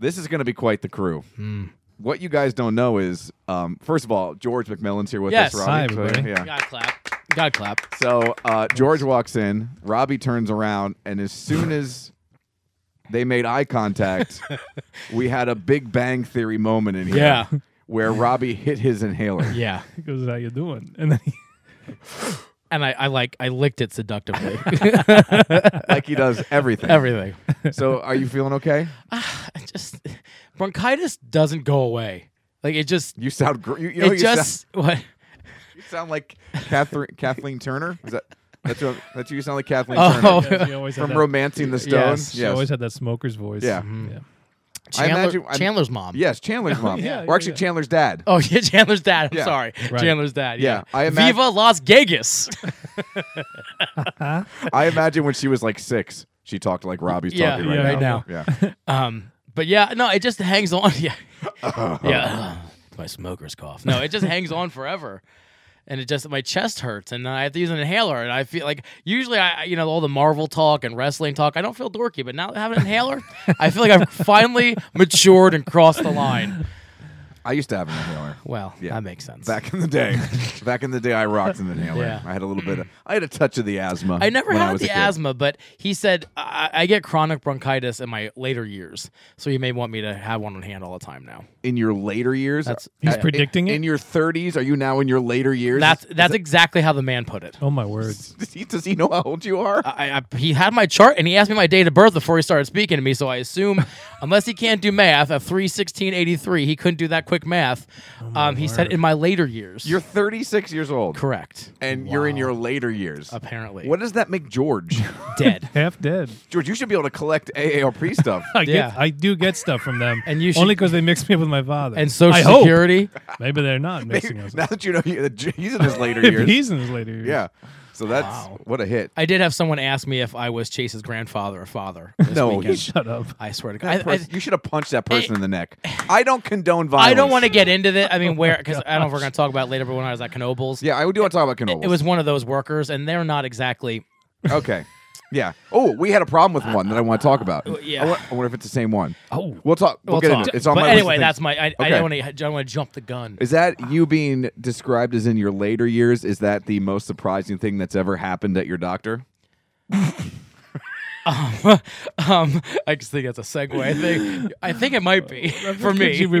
This is going to be quite the crew. Hmm. What you guys don't know is, um, first of all, George McMillan's here with Yes. us. Hi, Robbie. So, everybody. yeah. God clap. God clap. So uh, George walks in. Robbie turns around, and as soon as they made eye contact, we had a Big Bang Theory moment in here. Yeah. Where Robbie hit his inhaler. Yeah. He goes, "How you doing?" And then he, And I, I like I licked it seductively. like he does everything. Everything. So are you feeling okay? I just bronchitis doesn't go away. Like it just You sound gr- you, you know it you sound, just what you sound like Catherine Kathleen Turner. Is that that's what, that's you sound like Kathleen Oh. Turner yeah, she always had from that, Romancing the Stone. Yes, She always had that smoker's voice. Mm-hmm. Yeah. yeah. I Chandler, imagine- I'm- Chandler's mom. Yes, Chandler's mom. Yeah, yeah, or actually yeah. Chandler's dad. Oh yeah, Chandler's dad. I'm Yeah. sorry, Right. Chandler's dad. Yeah, Yeah, I imag- Viva Las Vegas. I imagine when she was like six, she talked like Robbie's Yeah, talking right, yeah, right now. Yeah. um, but yeah, no, it just hangs on. Yeah, Uh-huh. yeah. My smoker's cough. No, it just hangs on forever, and it just my chest hurts, and I have to use an inhaler, and I feel like usually I, I- you know, all the Marvel talk and wrestling talk, I don't feel dorky, but now having an inhaler, I feel like I've finally matured and crossed the line. I used to have an inhaler. Well, Yeah. that makes sense. Back in the day, back in the day, I rocked an inhaler. Yeah. I had a little bit of, I had a touch of the asthma. I never when had was a the kid. asthma, but he said I, I get chronic bronchitis in my later years, so you may want me to have one on hand all the time now. in your later years. uh, That's- He's Yeah. predicting in, it. in your 30s. Are you now in your later years? That's that's exactly how the man put it. oh my word! does he, does he know how old you are? I, I, he had my chart and he asked me my date of birth before he started speaking to me. So I assume, unless he can't do math at three sixteen eighty three, he couldn't do that quick math. Oh um, he said in my later years. You're 36 years old, correct. and you're in your later years. Apparently, What does that make George? dead. Half dead. George, you should be able to collect AARP stuff. I get, Yeah. I do get stuff from them, And you should- only because they mix me up with my father And Social I hope. Security. Maybe they're not mixing us. now Up. that you know he- that he's in his later If years, he's in his later years, yeah. So that's Wow. what a hit. I did have someone ask me if I was Chase's grandfather or father. This No, weekend. he's- shut up. I swear to God. That I- I- person- you should have punched that person in the neck. I don't condone violence. I don't want to get into this. I mean, where? Because I don't know if we're going to talk about it later. But when I was at Knobles, Yeah, I do want to talk about Knobles. it was one of those workers, and they're not exactly. okay. Yeah. Oh, we had a problem with one that I want to talk about. yeah. I, wa- I wonder if it's the same one. Oh. we'll talk. We'll, We'll get talk. into it. It's on but my anyway, list that's of things. my. I, I Okay. don't want to. I don't want to jump the gun. Is that you being described as in your later years? Is that the most surprising thing that's ever happened at your doctor? um, I just think that's a segue. I think. I think it might be for What could you me. be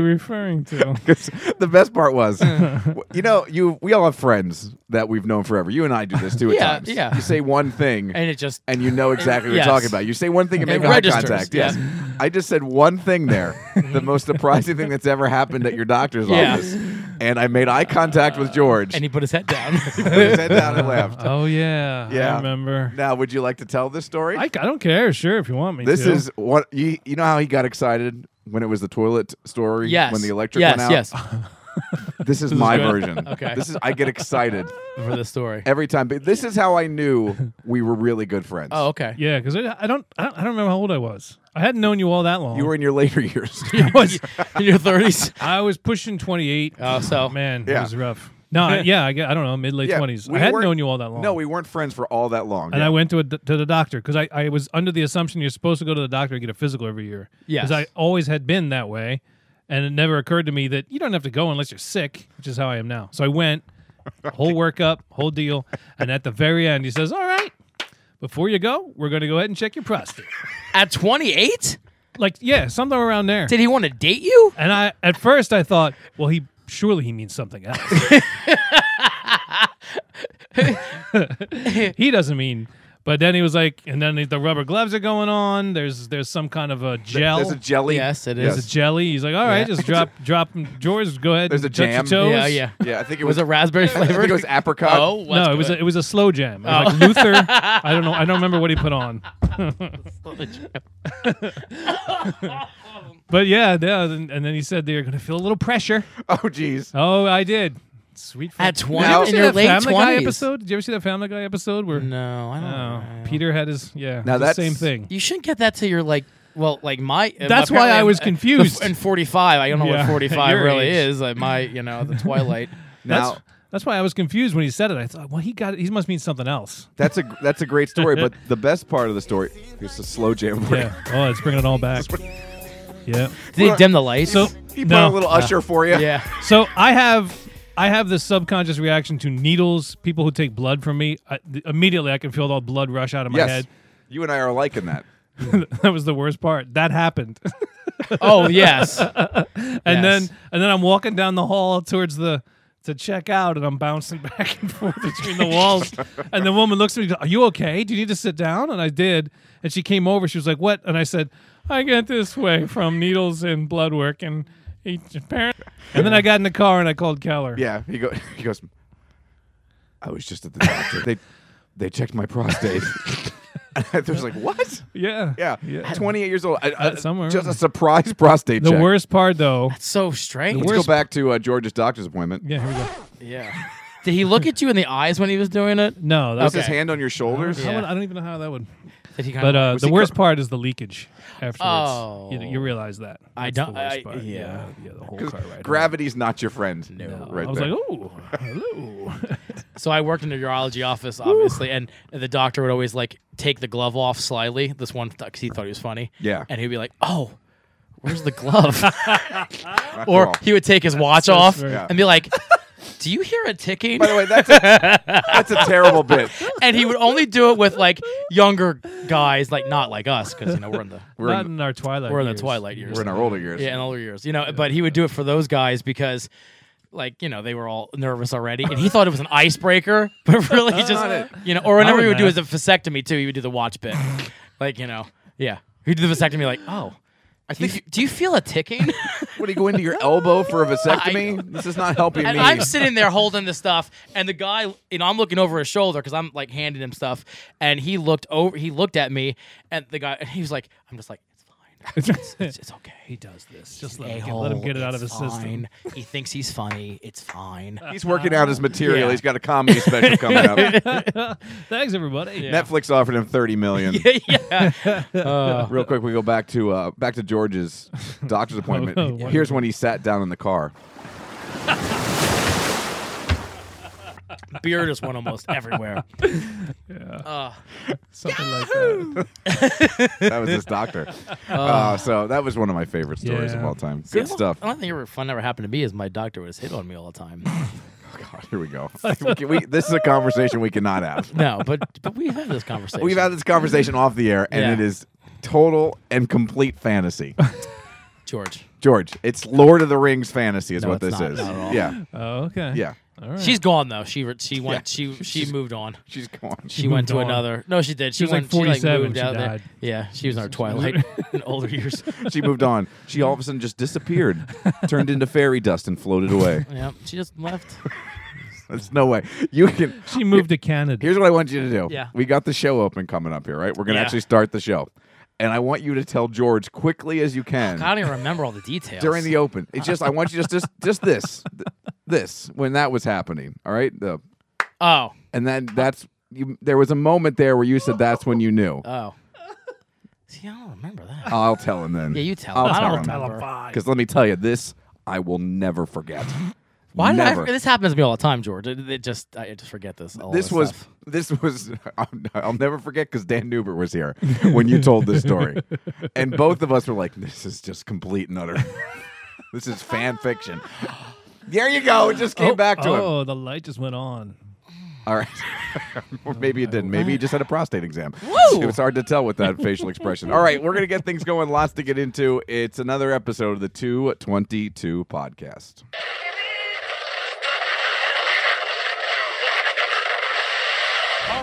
referring to? 'Cause the best part was, w- you know, you we all have friends that we've known forever. You and I do this too at Yeah, times. yeah. You say one thing, And it just. and you know exactly what Yes. you're talking about. You say one thing and It make eye registers, contact. yeah. Yes. I just said one thing there. the most surprising thing that's ever happened at your doctor's Yeah. office. And I made eye contact with George. And he put his head down. put his head down and laughed. Oh yeah, Yeah. I remember. Now, would you like to tell this story? I, I don't care. Sure, if you want me. this to. is what you, you know how he got excited when it was the toilet story yes. when the electric yes, went out. Yes. This is my good. version. Okay. This is I get excited For the story. every time. But this is how I knew we were really good friends. Oh, okay. Yeah, because I, I don't, I don't, I don't remember how old I was. I hadn't known you all that long. You were in your later years. I was, In your thirties. I was pushing twenty eight. Oh, so man, Yeah. it was rough. No, I, yeah, I, gue- I don't know, mid late Yeah, twenties. we I hadn't weren't- known you all that long. no, we weren't friends for all that long. and Yeah. I went to a d to the doctor because I, I was under the assumption you're supposed to go to the doctor and get a physical every year. Yes. because I always had been that way, and it never occurred to me that you don't have to go unless you're sick, which is how I am now. So I went, whole workup, whole deal, and at the very end he says, "All right, before you go, we're going to go ahead and check your prostate." at twenty eight, like yeah, something around there. did he want to date you? And I at first I thought, well, he surely he means something else. he doesn't mean. But then he was like, and then the rubber gloves are going on. There's there's some kind of a gel. There's a jelly. Yes, it There's is. a jelly. He's like, all right, Yeah. just drop drop drawers. Go ahead. There's a and touch your jam. toes. Yeah, yeah. Yeah, I think it was, Was it raspberry I flavored? think it was apricot. Oh, No, it was a, it was a slow jam. It was like Luther. I don't know. I don't remember what he put on. Oh, But yeah, yeah. And and then he said they're gonna feel a little pressure. Oh, geez. Oh, I did. Sweet. At fuck- 20? Did you ever In see your that late Family Guy 20s? episode? Did you ever see that Family Guy episode where No, I don't. Oh, know. Peter had his Now yeah. Now that's- that's same thing. You shouldn't get that to your like. Well, like my. That's why I apparently was I'm- confused. And forty five. I don't know Yeah, what forty five your really age. is. Like my, you know, the twilight. Now that's that's why I was confused when he said it. I thought, well, he got he must mean something else. that's a that's a great story, but the best part of the story is the slow jam. Yeah. oh, it's bringing it all back. Yeah. Did they dim the lights? So He put no. a little usher for you. yeah. So I have I have this subconscious reaction to needles, people who take blood from me. I, th- immediately I can feel all blood rush out of my Yes. head. You and I are liking that. that was the worst part. That happened. Oh yes. And Yes. then and then I'm walking down the hall towards the to check out and I'm bouncing back and forth between the walls. and the woman looks at me, Are you okay? Do you need to sit down? And I did. And she came over, she was like, What? And I said, I got this way from needles and blood work and he apparently And then I got in the car and I called Keller. Yeah. He go he goes I was just at the doctor. they they checked my prostate. There's like, what? Yeah. Yeah. 28 years old. I, I- somewhere just around. a surprise prostate The check. worst part though So strange. Let's worst- go back to uh, George's doctor's appointment. Yeah, here we go. Yeah. Did he look at you in the eyes when he was doing it? No, that Was was his Okay. hand on your shoulders? I Yeah. would- I don't even know how that would. Did he kind But uh, the he worst co- part is the leakage afterwards. You, Oh. you realize that. I That's the don't- worst I- part. yeah. yeah. the whole 'Cause car ride. gravity's not your friend. No. Right I was there. like, oh, hello. So I worked in a urology office, obviously, and the doctor would always like take the glove off slyly. This one, because he thought he was funny. Yeah. and he'd be like, "Oh, where's the glove?" Not "Oh." or cool. he would take his watch off very- and be like, "Do you hear a ticking?" By the way, that's a, that's a terrible bit. And he would only do it with like younger guys, like not like us, because you know we're in the We're Not in, in our twilight. we're in the years. twilight years. we're in our older years. Yeah, in older years, you know. But he would do it for those guys because, like, you know, they were all nervous already, and he thought it was an icebreaker, but really he just, you know, or whenever he would do his vasectomy too, he would do the watch bit, like, you know, yeah, he'd do the vasectomy, like, oh, I think, do you, do you feel a ticking? What do you go into your elbow for a vasectomy? This is not helping and me. I'm sitting there holding the stuff, and the guy, you know, I'm looking over his shoulder because I'm like handing him stuff, and he looked over, he looked at me, and the guy, and he was like, I'm just like, it's fine, it's, it's, it's okay. He does this. Just let, him get, a-hole. let him get it out of his It's system. fine. He thinks he's funny. It's fine. He's working out his material. Yeah. He's got a comedy special coming up. Thanks, everybody. Yeah. Netflix offered him thirty million. yeah. Real quick, we go back to uh, back to George's doctor's appointment. Oh, wonderful. Here's when he sat down in the car. Beard is one almost everywhere. Something like that. That was his doctor. Uh, so that was one of my favorite stories of Yeah. all time. Good stuff. I don't think ever fun ever happened to me is my doctor was hit on me all the time. God, here we go. We can- we- this is a conversation we cannot have. No, but but we've had this conversation. We've had this conversation off the air, and Yeah. it is total and complete fantasy. George. George, it's Lord of the Rings fantasy, is No, what it's this not. is. Not at all. Yeah, Oh, okay. yeah. All right. She's gone though. She re- she went she she moved on. She's gone. She went moved to on. another. No, she did. She, was like went. she like 47 moved when she out died. there. Yeah, she was in her twilight in older years. she moved on. She all of a sudden just disappeared, turned into fairy dust, and floated away. Yeah, she just left. There's no way you can. She moved to Canada. Here's what I want you to do. Yeah. We got the show open coming up here, right? We're gonna Yeah. actually start the show, and I want you to tell George quickly as you can I don't even remember all the details during the open. It's just I want you just just just this, th- this when that was happening. All right. The Oh and then that's you, there was a moment there where you said that's when you knew. oh. See, I don't remember that. I'll tell him then. Yeah, you tell I'll him. I tell don't him. remember. Because let me tell you, this I will never forget. Why did never. I? This happens to me all the time, George. It, it just I just forget this. all this this was stuff. this was I'll never forget because Dan Newbert was here when you told this story, and both of us were like, "This is just complete and utter. this is fan fiction." There you go. It just came back to him. Oh, the light just went on. All right. or maybe it didn't. Maybe he just had a prostate exam. Woo! It was hard to tell with that facial expression. All right, we're gonna get things going. Lots to get into. It's another episode of the Two Twenty Two podcast. All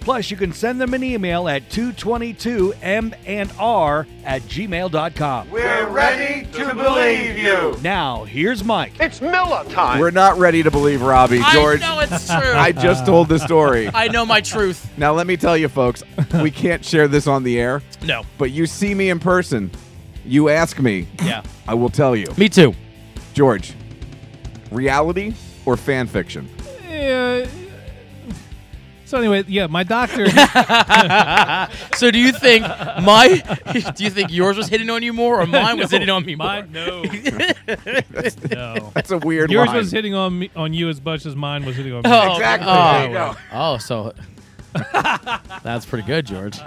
Plus, you can send them an email at 222m&r at gmail.com. We're ready to believe you. Now, here's Mike. It's Miller time. We're not ready to believe Robbie George. I know it's true. I I, just told the story. know my truth. Now let me tell you, folks, we can't share this on the air. No. But you see me in person, you ask me, Yeah. I will tell you, Me too. George. Reality or fan fiction? Yeah. So anyway, yeah, my doctor. So do you think my do you think yours was hitting on you more or mine was hitting on me more? mine, no. no. That's a weird Yours line. was hitting on me, on you as much as mine was hitting on me. Oh, Exactly. Oh, There you go. oh, so that's pretty good, George.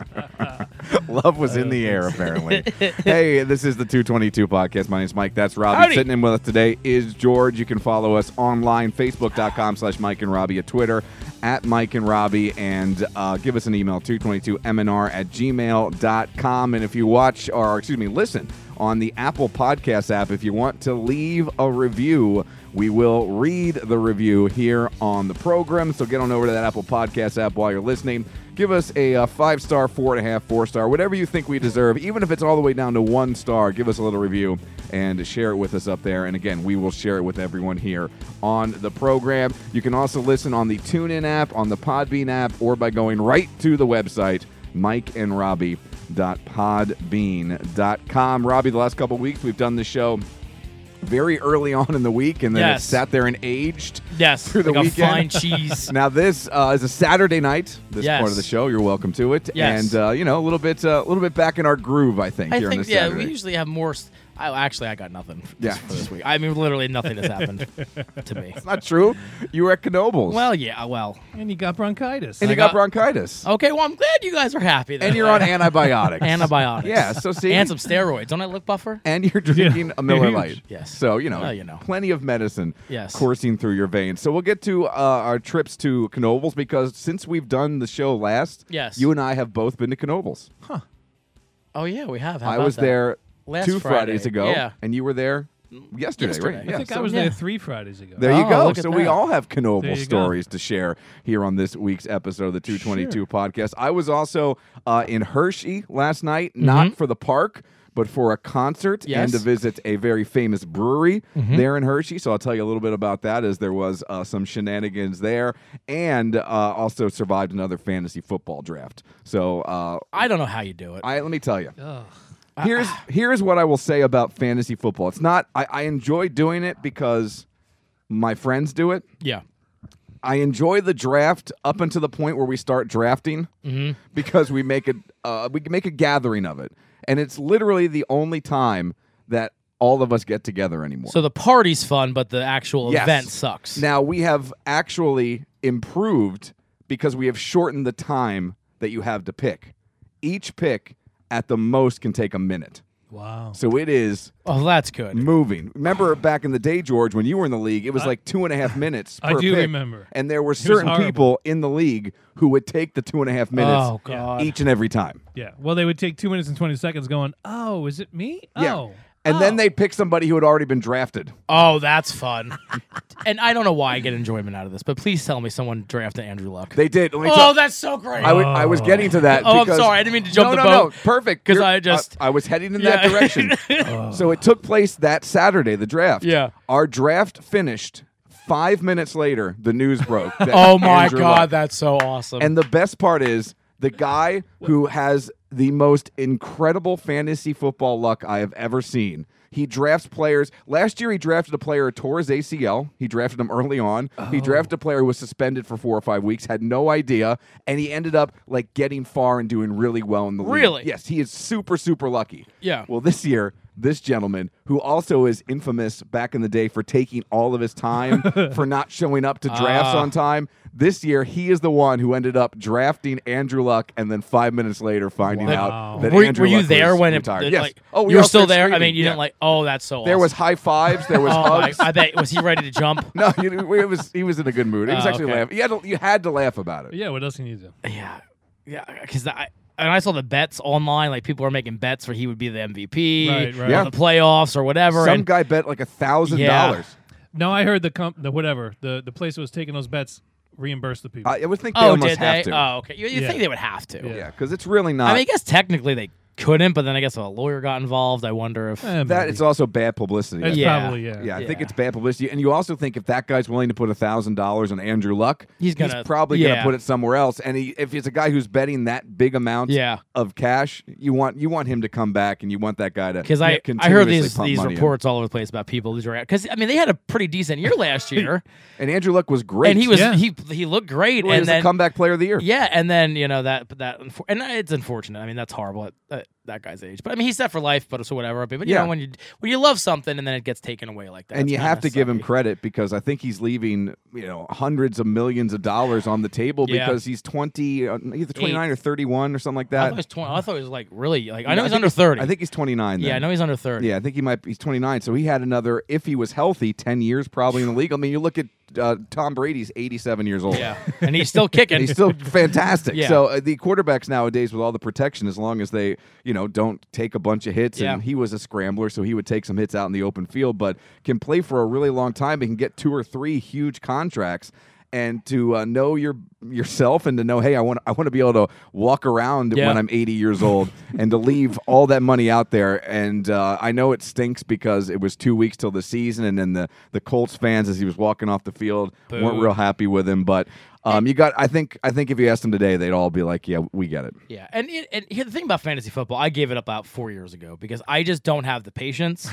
Love was in the air, apparently. hey, this is the 222 podcast. My name's Mike. That's Robbie. Howdy. Sitting in with us today is George. You can follow us online, facebook.com slash Mike and Robbie, at Twitter, at Mike and Robbie, and uh, give us an email, 222mnr at gmail.com. And if you watch, or excuse me, listen on the Apple Podcast app, if you want to leave a review, we will read the review here on the program. So get on over to that Apple Podcast app while you're listening. Give us a, uh five star, four and a half, four star, whatever you think we deserve. Even if it's all the way down to one star, give us a little review and share it with us up there. And again, we will share it with everyone here on the program. You can also listen on the TuneIn app, on the Podbean app, or by going right to the website, mikeandrobbie.podbean.com. Robbie, the last couple weeks, we've done the show very early on in the week, and then Yes. it sat there and aged. Yes, Through the like weekend. a fine cheese. Now this uh, is a Saturday night. This Yes. part of the show, you're welcome to it. Yes. And uh, you know, a little bit, uh, a little bit back in our groove, I think. I here on think this yeah, Saturday. we usually have more. s- I actually I got nothing. For Yeah. this, for this week. I mean, literally nothing has happened to me. Not true. You were at Knobles. Well, yeah, well, and you got bronchitis. and I you got, got- Oh. bronchitis, okay. Well, I'm glad you guys are happy. Then. and you're on antibiotics. antibiotics. Yeah. So see. and some steroids. Don't I look buffer? and you're drinking a Miller Huge. Lite. Yes. So you know, Well, you know. plenty of medicine Yes. coursing through your veins. So we'll get to uh, our trips to Knobles because since we've done the show last, Yes. you and I have both been to Knobles. Oh yeah, we have. How I about was that? there Last two Friday. Fridays ago, Yeah. and you were there yesterday, right? Yesterday. I Yeah, I think so- I was yeah. there three Fridays ago. There you Oh, go. look at So we that. all have Knowable There you go. stories to share here on this week's episode of the 222 podcast. I was also uh, in Hershey last night, not for the park. But for a concert and Mm-hmm. Yes. Mm-hmm. to visit a very famous brewery there in Hershey. So I'll tell you a little bit about that as there was uh, some shenanigans there and uh, also survived another fantasy football draft. So uh, I don't know how you do it. I let me tell you. Ugh. Here's here's what I will say about fantasy football. It's not I, I enjoy doing it because my friends do it. yeah. I enjoy the draft up until the point where we start drafting because we make a uh, we can make a gathering of it, and it's literally the only time that all of us get together anymore. So the party's fun, but the actual Yes. event sucks. now we have actually improved because we have shortened the time that you have to pick. Each pick at the most can take a minute. Wow. So it is oh, that's good. moving. Remember back in the day, George, when you were in the league, it was like two and a half minutes. I per do pick, remember. And there were certain horrible. people in the league who would take the two and a half minutes Oh, God. each and every time. Yeah. Well, they would take two minutes and twenty seconds going, "Oh, is it me? Oh." And then oh." they pick somebody who had already been drafted. Oh, that's fun. and I don't know why I get enjoyment out of this, but please tell me someone drafted Andrew Luck. They did. Let me oh, tell- that's so great. I, w- I was getting to that. Oh, I'm because- sorry. I didn't mean to jump no, no, the boat. No, perfect. 'Cause You're- uh, I just- I, I was heading in that Yeah. direction. so it took place that Saturday. The draft. Yeah. Our draft finished. Five minutes later, the news broke. that oh my Andrew God, Luck- that's so awesome. And the best part is the guy who has the most incredible fantasy football luck I have ever seen. He drafts players. Last year, he drafted a player who tore his ACL. He drafted him early on. Oh. He drafted a player who was suspended for four or five weeks, had no idea, and he ended up like getting far and doing really well in the league. Really? Yes, he is super, super lucky. Yeah. Well, this year, this gentleman who also is infamous back in the day for taking all of his time for not showing up to drafts Ah. on time. This year, he is the one who ended up drafting Andrew Luck, and then five minutes later, finding Wow. out that oh. were, Andrew were you Luck there was when retired. it? yes. Like, oh, we you all were still started there. I screaming. mean, you Yeah. didn't like. Oh, that's so. There awesome. was high fives. There was Oh, I, hugs. I bet was he ready to jump? no, you- it was. He was in a good mood. He was Oh, actually okay. laughing. You had, to, you had to laugh about it. Yeah. What else can you do? Yeah, yeah, because I. And I saw the bets online, like people were making bets for he would be the MVP, Right, right. or Yeah. the playoffs or whatever. Some and guy bet like a thousand Yeah. dollars. No, I heard the comp, the whatever the the place that was taking those bets reimburse the people. I I would think they Oh, almost did have they? to. Oh, okay. You, you Yeah. think they would have to? Yeah. Yeah, because it's really not. I mean, I guess technically they couldn't, but then I guess if a lawyer got involved, I wonder if. Eh, that maybe. it's also bad publicity. That's yeah. Yeah. probably yeah. I think Yeah. it's bad publicity. And you also think if that guy's willing to put thousand dollars on Andrew Luck, He's gonna- probably gonna yeah. put it somewhere else. And he, if it's a guy who's betting that big amount Yeah. of cash, you want you want him to come back, and you want that guy to Because I, I continuously heard these pump these money in. reports all over the place about people these were because I mean they had a pretty decent year last year And Andrew Luck was great. and he was Yeah. he he looked great Well, he and was the then comeback player of the year. yeah and then you know that that unfor- and it's unfortunate I mean that's horrible at, at that guy's age but I mean he's set for life but so whatever but you Yeah. know when you when you love something and then it gets taken away like that and it's you kinda have to give him sucky. credit because I think he's leaving, you know, hundreds of millions of dollars on the table Yeah. because he's twenty, uh, either twenty nine or thirty one or something like I that. thought, he was 20, I thought he was like really like I know I he's think under thirty I think he's twenty nine. yeah I know he's under thirty Yeah, I think he might. He's 29, so he had another. If he was healthy, 10 years probably in the league. I mean, you look at uh, Tom Brady's 87 years old. yeah and he's still kicking And he's still fantastic. Yeah. So uh, the quarterbacks nowadays, with all the protection, as long as they, you know, don't take a bunch of hits, Yeah. and he was a scrambler, so he would take some hits out in the open field, but can play for a really long time and can get two or three huge contracts. And to uh, know your yourself and to know, hey, I want I want to be able to walk around Yeah. when I'm 80 years old, and to leave all that money out there. And uh, I know it stinks because it was two weeks till the season, and then the the Colts fans, as he was walking off the field, weren't Boo. real happy with him. But um, you got, I think, I think if you asked them today, they'd all be like, "Yeah, we get it." Yeah, and it, and here, the thing about fantasy football, I gave it up about four years ago because I just don't have the patience.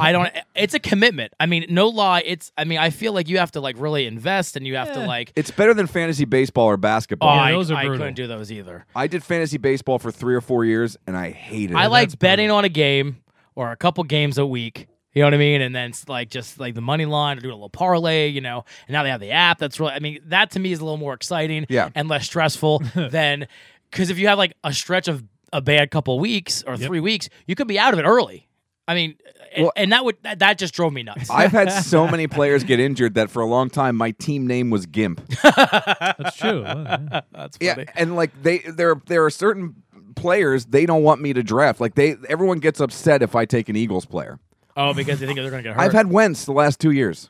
I don't. It's a commitment. I mean, no lie. It's. I mean, I feel like you have to like really invest, and you have to like. It's better than fantasy baseball or oh, basketball. I, those are I brutal. couldn't do those either. I did fantasy baseball for three or four years, and I hated it. I like betting on a game or a couple games a week. You know what I mean? And then it's like just like the money line or do a little parlay, you know. And now they have the app. That's really, I mean, that to me is a little more exciting Yeah. and less stressful than because if you have like a stretch of a bad couple weeks or three weeks, you could be out of it early. I mean, and, Well- and that would that, that just drove me nuts. I've had so many players get injured that for a long time my team name was Gimp. That's true. Well, yeah. That's Yeah, funny. and like they there there are certain players they don't want me to draft. Like they everyone gets upset if I take an Eagles player. Oh, because they think they're gonna get hurt. I've had Wentz the last two years.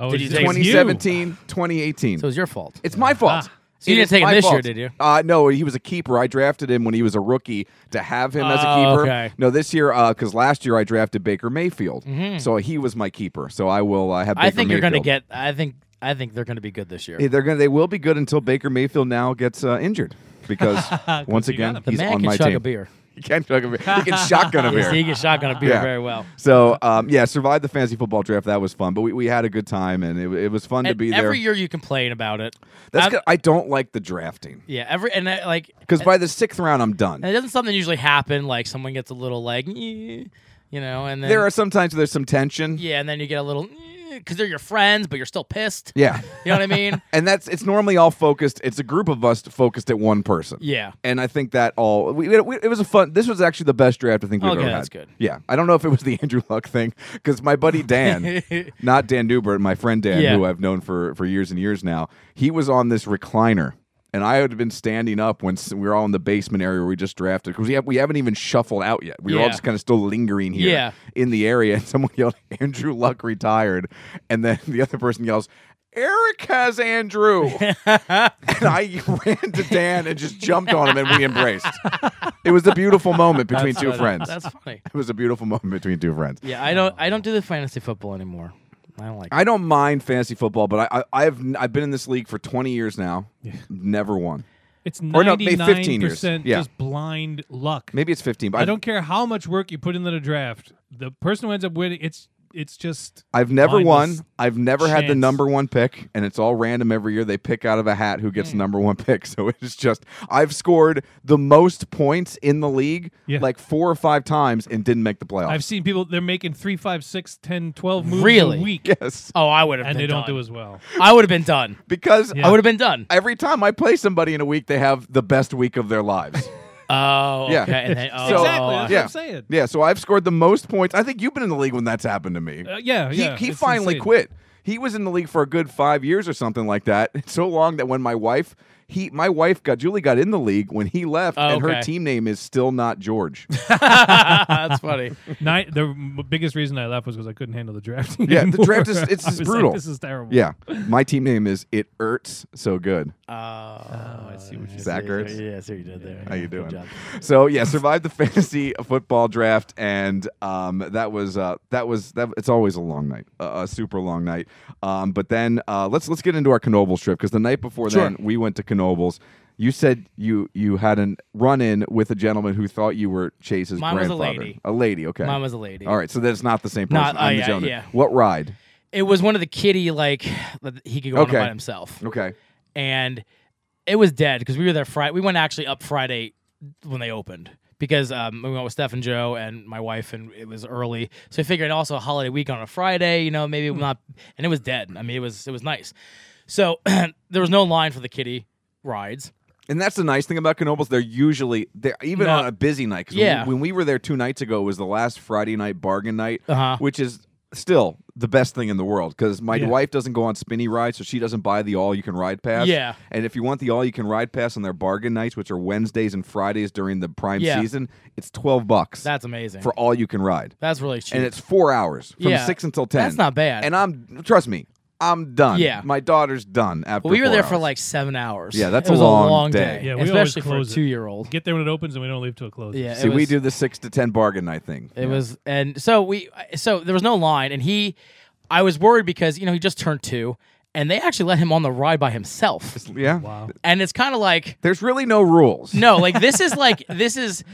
Oh, Did it's- you take- it's you. 2017, 2018. so it's your fault. It's my fault. Ah. So It you didn't is take him my this year, did you? Uh, no, he was a keeper. I drafted him when he was a rookie to have him as a Oh, keeper. okay. No, this year, because last year I drafted Baker Mayfield, so he was my keeper. So I will uh, have. Baker Mm-hmm. I think you're gonna Mayfield. get. I think I think they're gonna be good this year. Yeah, They're gonna. They will be good until Baker Mayfield now gets uh, injured because once you got again him. the he's man on can my chug team. a beer. He can chug a beer. He can shotgun a beer. He can shotgun a beer Yeah. very well. So um, yeah, survived the fantasy football draft. That was fun, but we, we had a good time and it, it was fun to And be there. every year you complain about it. That's I've- good. I don't like the drafting Yeah, every and I, like because by the sixth round I'm done. and it doesn't something usually happen. Like someone gets a little like, "Eh," you know, and then There are sometimes there's some tension. yeah, and then you get a little because they're your friends, but you're still pissed. Yeah. You know what I mean? And that's it's normally all focused. It's a group of us focused at one person. Yeah. And I think that all we, we, it was a fun. This was actually the best draft I think we've Okay, ever had. Oh, that's good. Yeah, I don't know if it was the Andrew Luck thing because my buddy Dan, not Dan Newbert, my friend Dan, Yeah. who I've known for for years and years now, he was on this recliner. And I had been standing up when s- we were all in the basement area where we just drafted because we, have, we haven't even shuffled out yet. We were all Yeah. just kind of still lingering here Yeah. in the area. And someone yelled, Andrew Luck retired. And then the other person yells, Eric has Andrew. And I ran to Dan and just jumped on him and we embraced. It was a beautiful moment between two friends. uh, That's funny. It was a beautiful moment between two friends. Yeah, I don't I don't do the fantasy football anymore. I don't like. it. I don't mind fantasy football, but I, I, I've I've been in this league for 20 years now. Never won. It's Or no, maybe 15 ninety-nine years. percent Yeah. just blind luck. Maybe it's 15, but I I've- don't care how much work you put into the draft. The person who ends up winning, it's it's just. I've never mindless. won. I've never had the chance. number one pick, and it's all random every year. They pick out of a hat who Hmm. gets the number one pick. So it's just I've scored the most points in the league Yeah. like four or five times and didn't make the playoffs. I've seen people they're making three, five, six, ten, twelve moves Really? a week, yes, Oh, I would have. and been they don't done. do as well. I would have been done. because Yeah. I would have been done. every time I play somebody in a week, they have the best week of their lives. Oh, okay. Yeah. And then, oh, So- exactly. That's yeah. what I'm saying. yeah, so I've scored the most points. I think you've been in the league when that's happened to me. Uh, yeah, he, yeah, he it's finally insane. quit. He was in the league for a good five years or something like that. So long that when my wife He, my wife got Julie got in the league when he left, Oh, and her okay. team name is still not George. That's funny. Night, the m- biggest reason I left was because I couldn't handle the draft. Yeah, the anymore. draft is- it's I was like, brutal. this is terrible. yeah, my team name is It Ertz So Good. Oh, I see what you Zach Ertz? Yeah, I see what you did there. How you doing? Good job. So yeah, survived the fantasy football draft, and um, that was uh, that was that. It's always a long night, uh, a super long night. Um, but then uh, let's let's get into our Knobles trip because the night before then we went to Knobles. You said you you had a run in with a gentleman who thought you were Chase's Mine was a grandfather. lady. okay. Mine was a lady. All right, so that's not the same person. Not- I'm uh, the yeah, gentleman. yeah. What ride? It was one of the kitty like that he could go on Okay. by himself, Okay. and it was dead because we were there Friday. We went actually up Friday when they opened because um, we went with Steph and Joe and my wife, and it was early. So we figured also a holiday week on a Friday, you know, maybe Hmm. not. And it was dead. I mean, it was it was nice. So there was no line for the kitty rides. And that's the nice thing about Knobles. They're usually they're even No. on a busy night. 'cause Yeah. When, we- when we were there two nights ago, it was the last Friday night bargain night, Uh-huh. which is still the best thing in the world because my Yeah. wife doesn't go on spinny rides, so she doesn't buy the all you can ride pass. Yeah. And if you want the all you can ride pass on their bargain nights, which are Wednesdays and Fridays during the prime Yeah. season, it's twelve bucks That's amazing. for all you can ride, That's really cheap. and it's four hours from Yeah. six until ten. That's not bad. And I'm trust me, I'm done. Yeah. My daughter's done after. Well, we were four there for hours. like seven hours. Yeah, that's it a was long a long day. day. Yeah, we always especially for a close it. two-year-old. Get there when it opens and we don't leave till it closes. Yeah, it See, we was- do the six to ten bargain night thing. It was, and so we, so there was no line, and he, I was worried because you know he just turned two, and they actually let him on the ride by himself, Yeah. Wow. and it's kind of like There's really no rules. no, like this is like this is.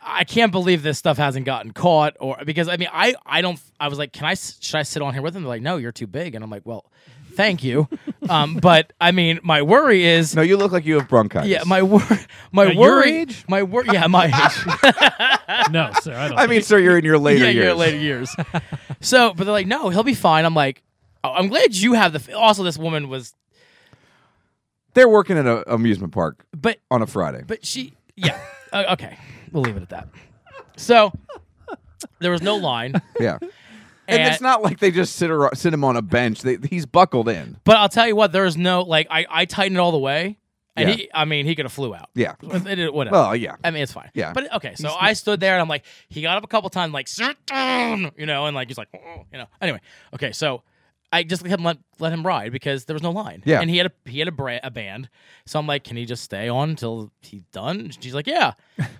I can't believe this stuff hasn't gotten caught, or because I mean, I I don't. I was like, can I s- should I sit on here with him? They're like, no, you're too big, and I'm like, well, thank you, um, but I mean, my worry is. No, you look like you have bronchitis. Yeah, my wor- my At your worry, age? my wor- yeah, my age. no, sir. I don't. I mean, sir, you're in your later yeah, years. your later years. so, but they're like, no, he'll be fine. I'm like, oh, I'm glad you have the. F-. Also, this woman was, They're working at an amusement park but on a Friday. but she, yeah, Uh, okay, we'll leave it at that. So there was no line, yeah. And, and- it's not like they just sit ar- sit him on a bench. They, he's buckled in. but I'll tell you what, there is no like I I tightened it all the way, and Yeah. he, I mean, he could have flew out. Yeah. It- it- whatever. Well, yeah. I mean, it's fine. Yeah. But okay, so I stood there and I'm like, he got up a couple times, like, sit down, you know, and like he's like, "Oh," you know. Anyway, okay, so I just let him let, let him ride because there was no line. Yeah. And he had a he had a, bra- a band, so I'm like, can he just stay on until he's done? She's like, yeah.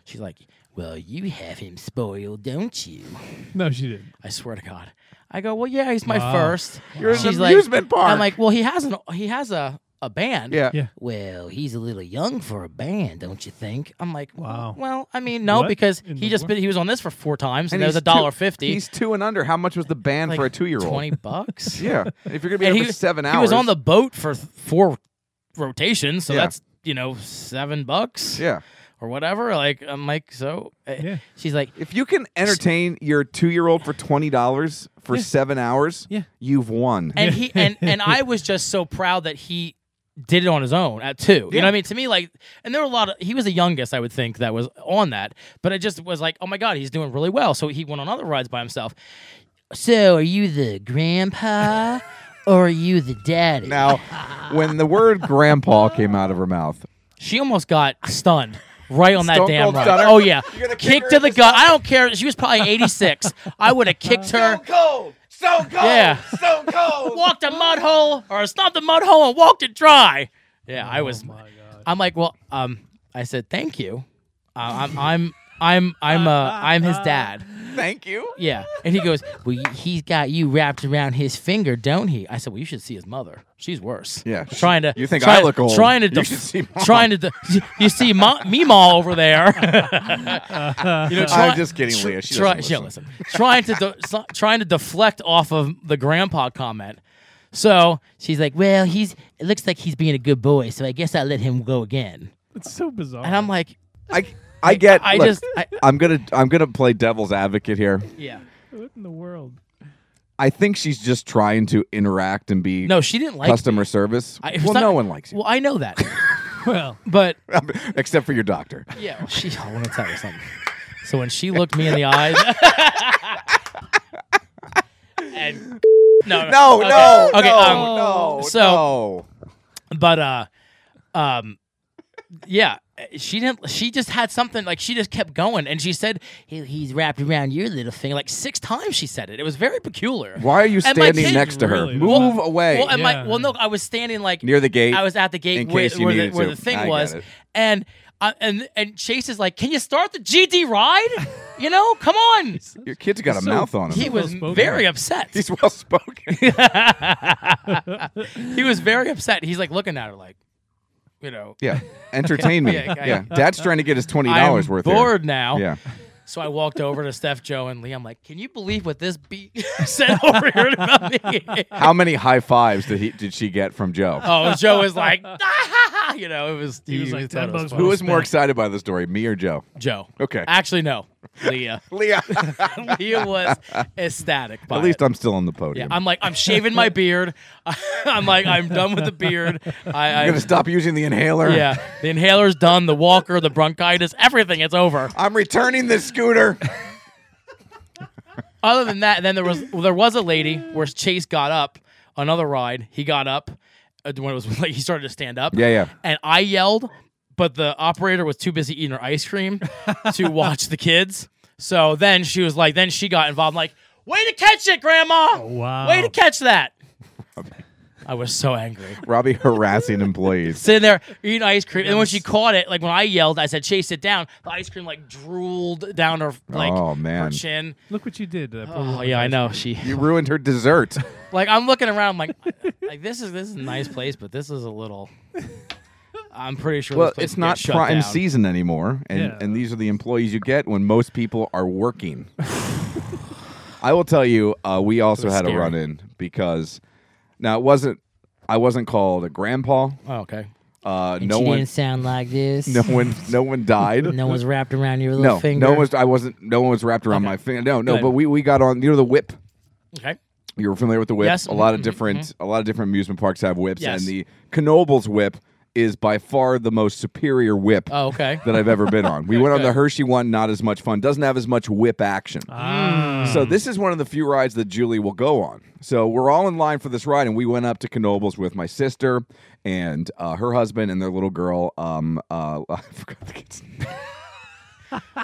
She's like, well, you have him spoiled, don't you? no, she didn't. I swear to God. I go, well, yeah, he's my first. You're in an She's amusement like, park. I'm like, well, he has an he has a a band. Yeah. Yeah. Well, he's a little young for a band, don't you think? I'm like, Wow. wow. Well, I mean, no, What because in he the just world? been, he was on this for four times, and, it he's was a two- dollar fifty. He's two and under. How much was the band like for a two year old? Twenty bucks. Yeah. If you're gonna be and there he for seven hours. He was on the boat for th- four rotations, so Yeah. that's you know seven bucks. Yeah. Or whatever. Like I'm like, so eh, Yeah. she's like, If you can entertain your two year old for twenty dollars for seven hours, Yeah. you've won. and he and and I was just so proud that he did it on his own at two. You know what I mean? To me, like, and there were a lot of he was the youngest, I would think, that was on that. But I just was like, oh my god, he's doing really well. So he went on other rides by himself. So are you the grandpa or are you the daddy? now, when the word grandpa came out of her mouth, She almost got stunned. Right on that Stone damn Cold ride. Stunner? Oh yeah, You're gonna kick kick her to in the the gut. I don't care. She was probably 86. I would have kicked her. Cold, so cold, Yeah. so cold. walked a mud hole or stomped a mud hole and walked it dry. Yeah, Oh I was. I'm like, well, um, I said thank you. Uh, I'm, I'm, I'm, I'm, uh, I'm his dad. thank you. Yeah, and he goes, well, y- he's got you wrapped around his finger, don't he? I said, well, you should see his mother. She's worse. Yeah. trying to. You think trying, I look old. Trying to. You def- should see Mom. trying to. de- you see, Ma- Meemaw over there. you know, I'm try- just kidding, Leah. She try, doesn't yeah, listen. trying to de- so- trying to deflect off of the grandpa comment. So she's like, "Well, he's it looks like he's being a good boy, so I guess I let him go again." It's so bizarre. And I'm like, I I get. I look, just- I- I'm gonna I'm gonna play devil's advocate here. "Yeah, what in the world? I think she's just trying to interact and be no, she didn't like customer Me. service. I- it's well, not- no one likes you Well, I know that, Well, but except for your doctor. yeah, well, she. I want to tell you something. So when she looked me in the eyes, and no, No, okay, no, okay, no, um, no, so- no. But uh Um, yeah, she didn't. She just had something like she just kept going, and she said he, he's wrapped around your little thing like six times. She said it. It was very peculiar. Why are you And my standing kid- next to her? really Move Well- away. Well, and Yeah. my, well, no, I was standing like Near the gate, I was at the gate in where, case you where the, needed where to. the thing I was, get it. and I and and Chase is like, "Can you start the GD ride? you know, come on." Your kid's got a mouth on him. He was well-spoken. very upset. He's well spoken. he was very upset. He's like looking at her like, you know, yeah. Entertain me. Yeah, I- Yeah. Dad's trying to get his twenty I'm dollars worth. here. bored now. Yeah. So I walked over to Steph, Joe, and Lee. I'm like, "Can you believe what this beat said over here about me?" How many high fives did he did she get from Joe? oh, Joe was like, "Ah!" you know, it was. He was like, thought 10 it was bucks funny. Who was more excited by the story, me or Joe? Joe. Okay. Actually, no, Leah. Leah. Leah was ecstatic. By At least it. I'm still on the Yeah, podium. I'm like I'm shaving my beard. I'm like I'm done with the beard. I, I I'm gonna stop using the inhaler. yeah. The inhaler's done. The walker, the bronchitis, everything. It's over. I'm returning this scooter. Other than that, then there was well, there was a lady where Chase got up another ride. He got up uh, when it was like he started to stand up. Yeah, yeah. And I yelled, but the operator was too busy eating her ice cream to watch the kids. So then she was like, then she got involved. like, way to catch it, Grandma! Oh, wow. Way to catch that! I was so angry. Robbie harassing employees. Sitting there eating ice cream, and when she caught it, like when I yelled, I said, "Chase it down." The ice cream like drooled down her like Oh, her man. chin. Look what you did. to that poor Oh little yeah, I guy. know she. You ruined her dessert. Like I'm looking around, I'm like, like this is this is a nice place, but this is a little. I'm pretty sure. Well, this place it's would not get shut prime down. season anymore, and Yeah. and these are the employees you get when most people are working. I will tell you, uh, we also was had a scary. run in because now it wasn't. I wasn't called a grandpa. Oh, okay. Uh, no one, sound like this. no one, no one died. one's wrapped around your no, no one was. I wasn't. No one was wrapped around my finger. No, no. Good. But we we got on. You know the whip. Okay. You're familiar with the whip. Yes. mm-hmm, A lot of different a lot of different amusement parks have whips, Yes. and the Knoebels whip is by far the most superior whip Oh, okay. that I've ever been on. We went on good. the Hershey one, not as much fun. Doesn't have as much whip action. Ah, So this is one of the few rides that Julie will go on. So we're all in line for this ride, and we went up to Knoebels with my sister and uh, her husband and their little girl. Um, uh, I forgot the kid's name.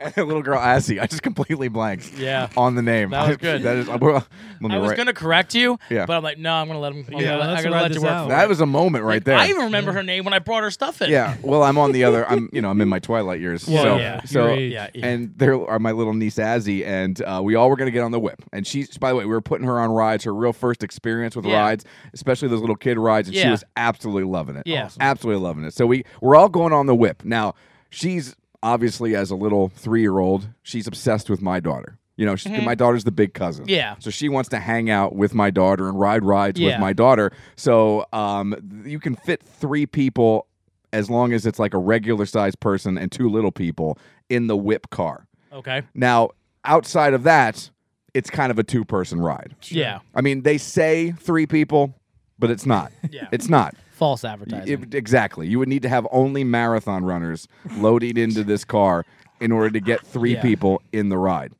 and the little girl Assie. I just completely blanked. Yeah. on the name. That was I- good. that is. I'm gonna- I'm I was write- gonna correct you, Yeah. but I'm like, no, I'm gonna let him. I'm Yeah, gonna, let- let's I'm gonna ride let you this work. out. for That it. was a moment right there. I even remember her name when I brought her stuff in. Yeah. Well, I'm on the other. I'm you know I'm in my twilight years. Well, so yeah, so your age. Yeah, yeah. and there are my little niece Azzy, and uh, we all were gonna get on the whip. And she's by the way, we were putting her on rides, her real first experience with Yeah. rides, especially those little kid rides, and she Yeah. was absolutely loving it. Yeah. Awesome. absolutely loving it. So we we're all going on the whip now. She's obviously as a little three year old, she's obsessed with my daughter. You know, she's, my daughter's the big cousin. Mm-hmm. Yeah. So she wants to hang out with my daughter and ride rides with Yeah. my daughter. So um, th- you can fit three people as long as it's like a regular sized person and two little people in the whip car. Okay. Now, outside of that, it's kind of a two person ride. Yeah. I mean, they say three people, but it's not. Yeah. It's not. False Y- advertising. it- exactly. You would need to have only marathon runners loaded into this car in order to get three Yeah. people in the ride.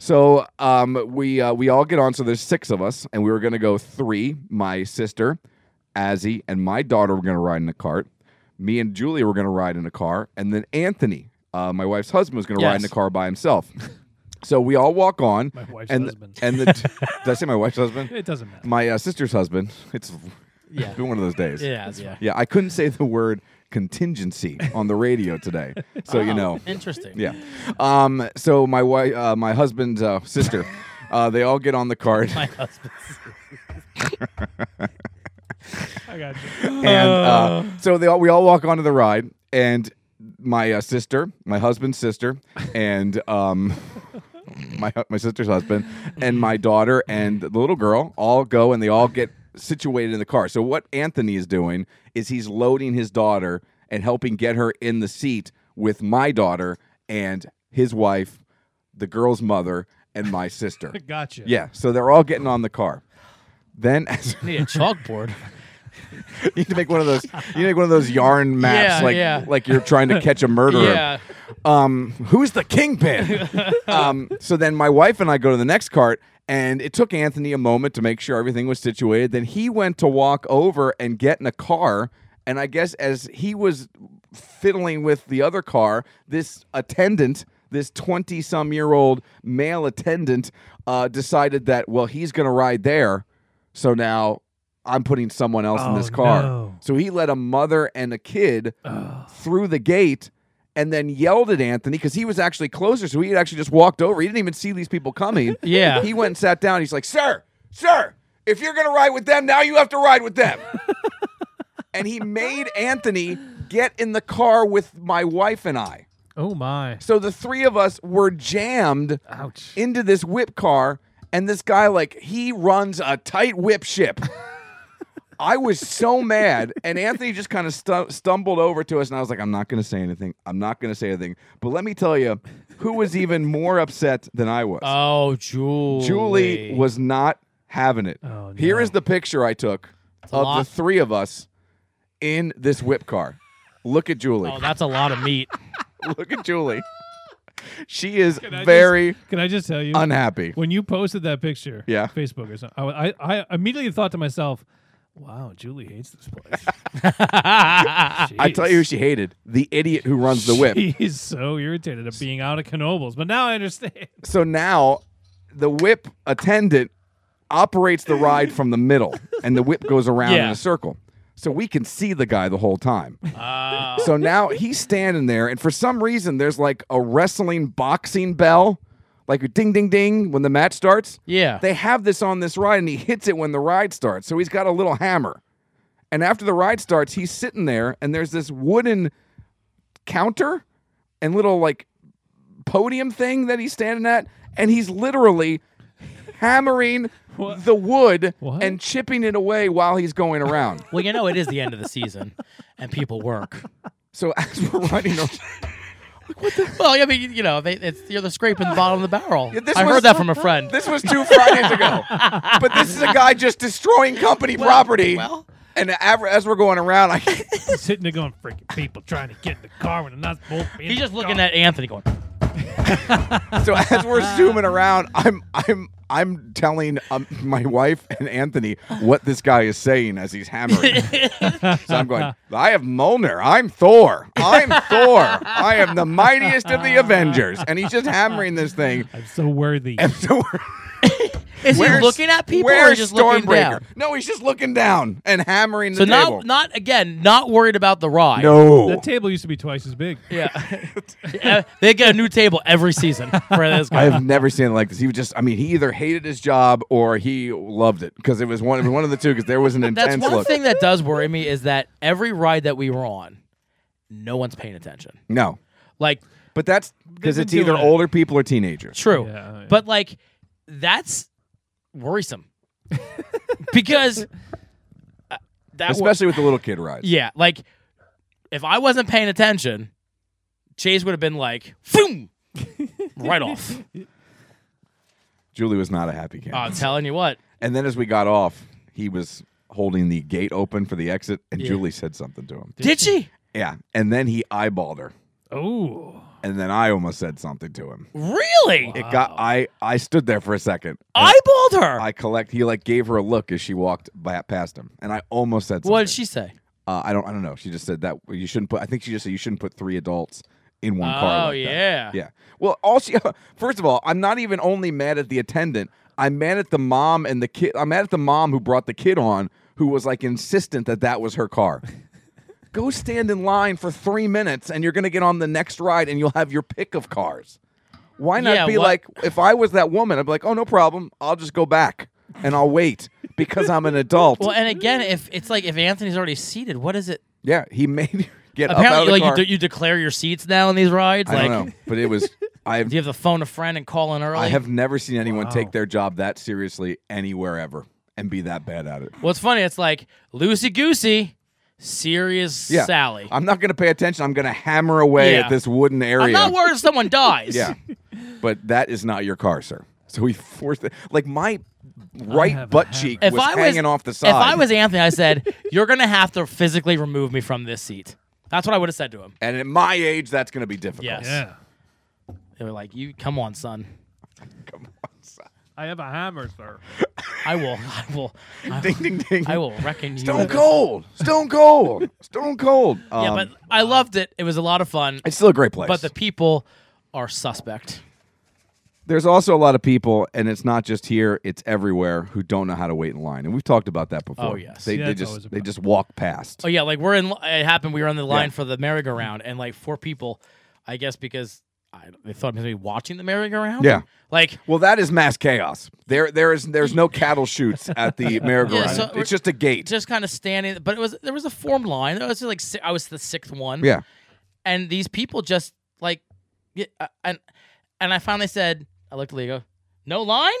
So um, we uh, we all get on. So there's six of us, and we were going to go three. My sister, Azzy, and my daughter were going to ride in a cart. Me and Julia were going to ride in a car, and then Anthony, uh, my wife's husband, was going to ride in a Yes. car by himself. So we all walk on. My wife's and husband. The, and the, did I say my wife's husband? it doesn't matter. My uh, sister's husband. It's Yeah. been one of those days. yeah. Yeah. Yeah, I couldn't say the word contingency on the radio today. So Oh. you know. Interesting. Yeah. Um so my wife uh, my husband's uh, sister uh, they all get on the cart My husband's. I got you. and uh, so they all we all walk onto the ride and my uh, sister, my husband's sister and um my hu- my sister's husband and my daughter and the little girl all go and they all get situated in the car. So what Anthony is doing is he's loading his daughter and helping get her in the seat with my daughter and his wife, the girl's mother and my sister. Gotcha. Yeah, so they're all getting on the car. Then as Need a chalkboard. you need to make one of those you need to make one of those yarn maps Yeah, like yeah. like you're trying to catch a murderer. yeah. um, who's the kingpin? um, so then my wife and I go to the next cart, and it took Anthony a moment to make sure everything was situated. Then he went to walk over and get in a car And I guess as he was fiddling with the other car, this attendant, this 20 some year old male attendant, uh, decided that, well, he's going to ride there. So now I'm putting someone else in Oh, this car. no. So he let a mother and a kid through the gate and then yelled at Anthony because he was actually closer. So he had actually just walked over. He didn't even see these people coming. Yeah. He went and sat down. He's like, Sir, sir, if you're going to ride with them, now you have to ride with them. and he made Anthony get in the car with my wife and I. Oh my. So the three of us were jammed Ouch. into this whip car, and this guy, like, he runs a tight whip ship. I was so mad, and Anthony just kind of stu- stumbled over to us, and I was like, "I'm not going to say anything. I'm not going to say anything." But let me tell you, who was even more upset than I was? Oh, Julie. Julie was not having it. Oh, no. Here is the picture I took a of the lot. three of us in this whip car. Look at Julie. Oh, that's a lot of meat. Look at Julie. She is I just- very Can I just tell you? unhappy. when you posted that picture, Yeah. Facebook or something, I, I, I immediately thought to myself, "Wow, Julie hates this place." I tell you who she hated the idiot who runs the whip. He's so irritated at being out at Knobles, but now I understand. So now the whip attendant operates the ride from the middle, and the whip goes around in Yeah. a circle. So we can see the guy the whole time. Oh. So now he's standing there, and for some reason, there's like a wrestling boxing bell, like a ding, ding, ding when the match starts. Yeah. They have this on this ride, and he hits it when the ride starts. So he's got a little hammer. And after the ride starts, he's sitting there, and there's this wooden counter and little like podium thing that he's standing at, and he's literally hammering the wood What? and chipping it away while he's going around. well, you know, it is the end of the season and people work. so as we're running, ar- Well, I mean, you know, they, it's, you're the scraping the bottom of the barrel. Yeah, this I was- heard that from a friend. this was two Fridays ago, but this is a guy just destroying company property. well. and aver- as we're going around, I. He's sitting there going, "Freaking people trying to get in the car when they're not supposed to be in He's the just looking car." at Anthony going, So as we're zooming around, I'm I'm I'm telling um, my wife and Anthony what this guy is saying as he's hammering. so I'm going, I have Mjolnir. I'm Thor. I'm Thor. I am the mightiest of the Avengers. And he's just hammering this thing. I'm so worthy. And so we're, is he where's- looking at people or where's just looking Stormbreaker? down? No, he's just looking down and hammering So the not, table. not again, not worried about the ride. the no. table used to be twice as big. Yeah. Uh, they get a new table every season for this guy. I've never seen it like this. He was just—I mean, he either hated his job or he loved it because it was one of one of the two. Because there was an intense That's one look. thing that does worry me is that every ride that we were on, no one's paying attention. No, Like, But that's because been it's either doing it. older people or teenagers. true. Yeah, yeah. But, like, that's worrisome. because uh, that wa- Especially with the little kid rides. Yeah, like if I wasn't paying attention, Chase would have been like, "Boom!" right off. Uh, Julie was not a happy camper. I'm telling you what. and then as we got off, he was holding the gate open for the exit, and Yeah. Julie said something to him. Did she Yeah. And then he eyeballed her. Oh, And then I almost said something to him. really It got I I stood there for a second. eyeballed her? I collect he like gave her a look as she walked by, past him. And I almost said something. what did she say? uh, I don't I don't know. She just said that you shouldn't put I think she just said you shouldn't put three adults in one car. Oh, like that. yeah. Yeah. Well, all she first of all, I'm not even only mad at the attendant. I'm mad at the mom and the kid. I'm mad at the mom who brought the kid on, who was like insistent that that was her car. Go stand in line for three minutes, and you're gonna get on the next ride, and you'll have your pick of cars. Why not Yeah, be what- like, if I was that woman, I'd be like, oh no problem, I'll just go back and I'll wait because I'm an adult. Well, and again, if it's like if Anthony's already seated, what is it? yeah, he made her get up out of Apparently, the like you, car. de- you declare your seats now in these rides. I like, don't know, but it was. I've do you have to phone a friend and call in early? I have never seen anyone take Wow. their job that seriously anywhere ever and be that bad at it. Well, it's funny. It's like loosey goosey, serious Yeah. Sally. I'm not going to pay attention. I'm going to hammer away Yeah. at this wooden area. I'm not worried if someone dies. yeah. But that is not your car, sir. So we forced it. Like my right have a butt hammer. cheek if was I was hanging off the side. If I was Anthony, I said, "You're gonna have to physically remove me from this seat." That's what I would have said to him. and at my age, that's going to be difficult. Yes. yeah. They were like, "You come on, son." Come on, son. I have a hammer, sir. I will. I will. I ding will, ding ding. I will reckon you. Stone Cold. Stone Cold. Stone Cold. Um, Yeah, but I loved it. It was a lot of fun. it's still a great place. But the people are suspect. There's also a lot of people, and it's not just here; it's everywhere who don't know how to wait in line, and we've talked about that before. Oh, yes. they, Yeah, they that's always a just they problem. just walk past. Oh yeah, like we're in. It happened. We were on the line Yeah. for the merry-go-round, and like four people, I guess because I, they thought maybe watching the merry-go-round. Yeah. Like Well, that is mass chaos. There, there is there's no cattle shoots at the merry-go-round. Yeah, so we're- it's just a gate. just kind of standing, but it was there was a formed line. It was like si- I was the sixth one. yeah, and these people just like, yeah, uh, and and I finally said, I looked at Leo, no line.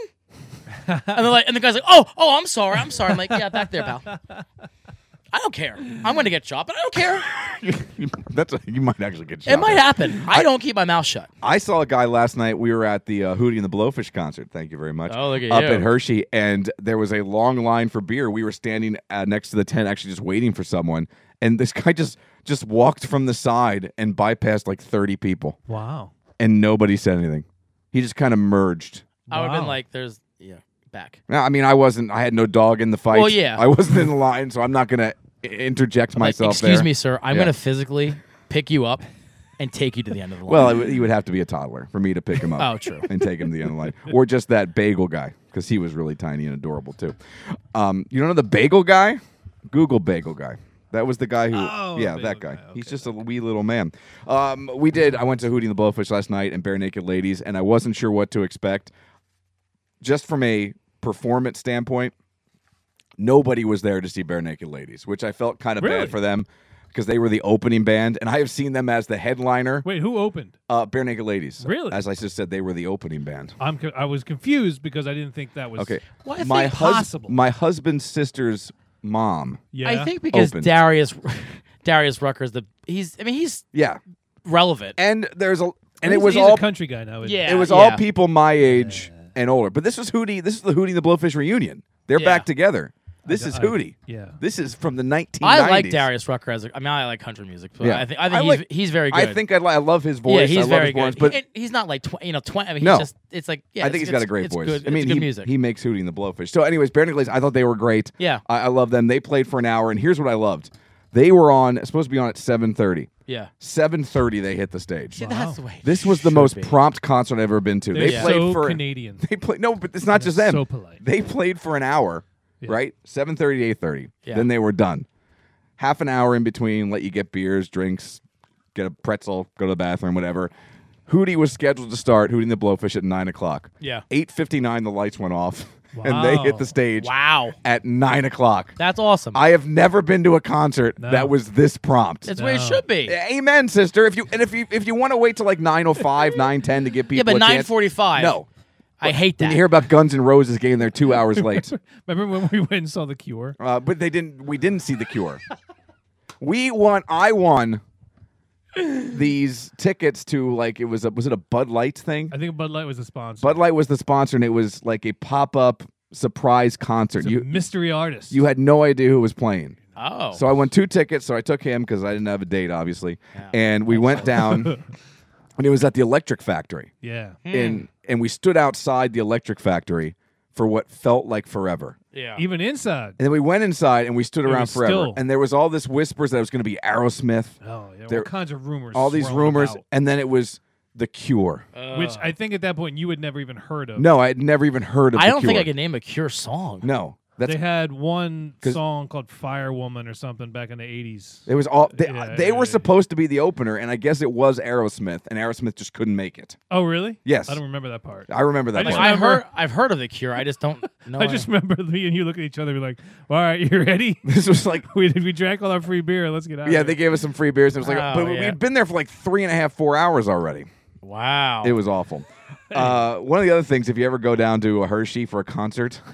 and they're like, and the guy's like, oh, oh, I'm sorry, I'm sorry. I'm like, yeah, back there, pal. I don't care. I'm going to get shot, but I don't care. that's a, you might actually get shot. It might happen. I don't keep my mouth shut. I saw a guy last night. We were at the uh, Hootie and the Blowfish concert. Thank you very much. Oh, look at up you. at Hershey, and there was a long line for beer. We were standing uh, next to the tent, actually just waiting for someone, and this guy just just walked from the side and bypassed like thirty people, Wow. and nobody said anything. He just kind of merged. I would have been Wow. like, there's yeah, back. Now, I mean, I wasn't. I had no dog in the fight. Well, yeah. I wasn't in the line, so I'm not gonna i- interject Like, myself. excuse there. me, sir. I'm Yeah. going to physically pick you up and take you to the end of the line. Well, it would- he would have to be a toddler for me to pick him up. Oh, true. And take him to the end of the line. Or just that bagel guy, because he was really tiny and adorable, too. Um, you don't know the bagel guy? Google bagel guy. That was the guy who, Oh, yeah, the that guy. bagel guy. He's just a wee little man. Um, we did. I went to Hootie and the Blowfish last night and Bare Naked Ladies, and I wasn't sure what to expect. Just from a performance standpoint, nobody was there to see Bare Naked Ladies, which I felt kind of Really? bad for them because they were the opening band, and I have seen them as the headliner. Wait, who opened? Uh, Bare Naked Ladies. Really? As I just said, they were the opening band. I'm co- I was confused because I didn't think that was Okay. Why is my that hus- possible? My husband's sister's mom. Yeah. I think because Open. Darius Darius Rucker's the he's I mean he's Yeah. relevant. And there's a and it He's- was he's all a country guy now. isn't he? Yeah. it was all people my age and older. But this was Hootie. This is the Hootie and the Blowfish reunion. They're Yeah. back together. This d- is I- Hootie. yeah. This is from the 1990s. I like Darius Rucker as a, I mean I like country music, but Yeah. I think I I think he's, like- he's very good. I think I, li- I love his voice. yeah, he's I love very his good. voice, but He- and he's not like tw- you know twenty. I mean, he's No. just it's like I yeah, think it's- he's got a it's- great it's voice. Good. I mean, it's good he, music. he makes Hootie and the Blowfish. So, anyways, Bare Naked Ladies, I thought they were great. Yeah. I, I love them. They played for an hour, and here's what I loved: they were on supposed to be on at seven thirty. yeah, Seven thirty, they hit the stage. See, that's the way. This was the should most be. prompt concert I've ever been to. They're they played so for Canadian. They played no, but it's not just They're them. so polite. They played for an hour, right? Seven thirty to eight thirty. Yeah. Then they were done. Half an hour in between, let you get beers, drinks, get a pretzel, go to the bathroom, whatever. Hootie was scheduled to start Hootie and the Blowfish at nine o'clock. Yeah. eight fifty nine. The lights went off, and they hit Wow. the stage. Wow, at nine o'clock. that's awesome. I have never been to a concert that was this prompt. that's where it No. should be. Amen, sister. If you and if you if you want to wait till like 905, 910 to get people yeah, but a nine chance- forty-five. No. I hate Did that. you hear about Guns N' Roses getting there 2 hours late? Remember when we went and saw The Cure? Uh, but they didn't we didn't see The Cure. we won I won these tickets to like it was a was it a Bud Light thing? I think Bud Light was the sponsor. Bud Light was the sponsor and it was like a pop-up surprise concert. It's a You mystery artist. you had no idea who was playing. oh, So I won two tickets. So I took him because I didn't have a date, obviously. And we went down, and it was at the Electric Factory, yeah. and and we stood outside the Electric Factory for what felt like forever. yeah, Even inside. And then we went inside and we stood around was forever. still- And there was all this whispers that it was going to be Aerosmith, Oh, yeah. There- all kinds of rumors. all these swirling Uh, rumors, about, and then it was The Cure. Uh. which I think at that point you had never even heard of. no, I had never even heard of. I The don't think Cure. I can name a Cure song. No, that's They had one 'Cause- song called Fire Woman or something back in the 80s. it was all they, Yeah, they yeah, were yeah. supposed to be the opener, and I guess it was Aerosmith, and Aerosmith just couldn't make it. Oh, really? Yes. I don't remember that part. I remember that. I just part. I remember- heard I've heard of the Cure. I just don't know. I just remember me and you looking at each other and be like, all right, you ready? this was like we, we drank all our free beer. Let's get out Yeah, of they here. gave us some free beers. And it was like, Oh, but we yeah. had been there for like three and a half, four hours already. wow. It was awful. uh, one of the other things, if you ever go down to a Hershey for a concert,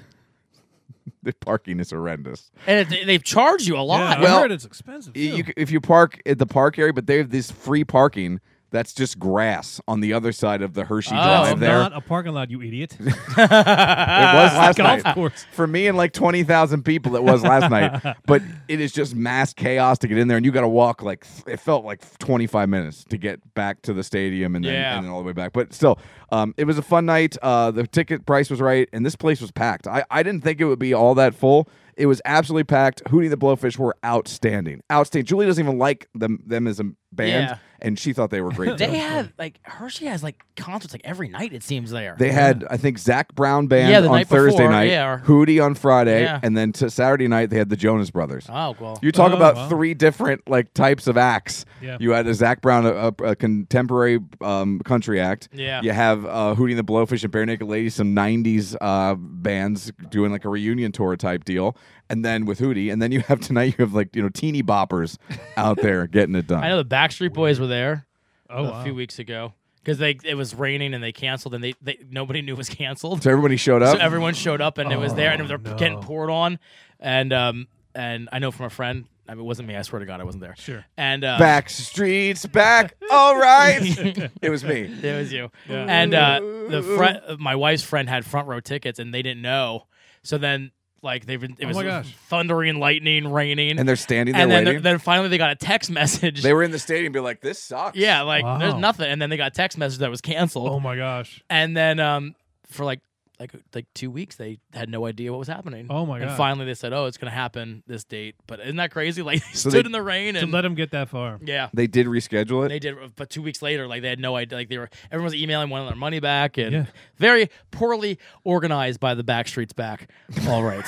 the parking is horrendous. and it, they charge you a Yeah, lot. I Well, heard it's expensive. You, too. c- if you park at the park area, but they have this free parking That's just grass on the other side of the Hershey Oh, Drive. There, Not a parking lot, you idiot. it was last golf night. course. For me and like 20,000 people, it was last night. But it is just mass chaos to get in there. And you got to walk like, it felt like 25 minutes to get back to the stadium and then, Yeah. and then all the way back. But still, um, it was a fun night. Uh, the ticket price was right. And this place was packed. I, I didn't think it would be all that full. It was absolutely packed. Hootie and the Blowfish were outstanding. Outstanding. Julie doesn't even like them, them as a band. Yeah. And she thought they were great. too. They have like Hershey has like concerts like every night. It seems there. They had, I think, Zach Brown band Yeah, the on night Thursday before, night, yeah. Hootie on Friday, Yeah. and then to Saturday night they had the Jonas Brothers. oh well. You talk Oh, about wow. three different like types of acts. Yeah. You had a Zach Brown, a, a, a contemporary um, country act. Yeah. You have uh, Hootie and the Blowfish and Bare Naked Ladies, some '90s uh, bands doing like a reunion tour type deal, and then with Hootie, and then you have tonight you have like you know teeny boppers out there getting it done. I know the Backstreet Boys were there Oh, a wow. few weeks ago because they it was raining and they canceled and they, they nobody knew it was canceled. So everybody showed up. So everyone showed up and it was there and they're Oh, no. getting poured on, and um and I know from a friend. I mean, it wasn't me. I swear to God, I wasn't there. Sure. And uh, back streets back. All right. it was me. It was you. And uh, the front, my wife's friend had front row tickets, and they didn't know. So then, like, they've been it was Oh my gosh. thundering, lightning, raining, And they're standing there and then waiting. then finally they got a text message. They were in the stadium, be like, "This sucks." yeah, like there's Wow. nothing, and then they got a text message that was canceled, Oh my gosh. and then um for like like like two weeks they had no idea what was happening. Oh, my And God. finally they said, "Oh, it's gonna happen this date." But isn't that crazy? Like they So stood they- in the rain To and let him get that far. yeah. They did reschedule it. They did, but two weeks later, like they had no idea. Like they were, everyone was emailing one another money back, and Yeah. very poorly organized by the Backstreets back. All right,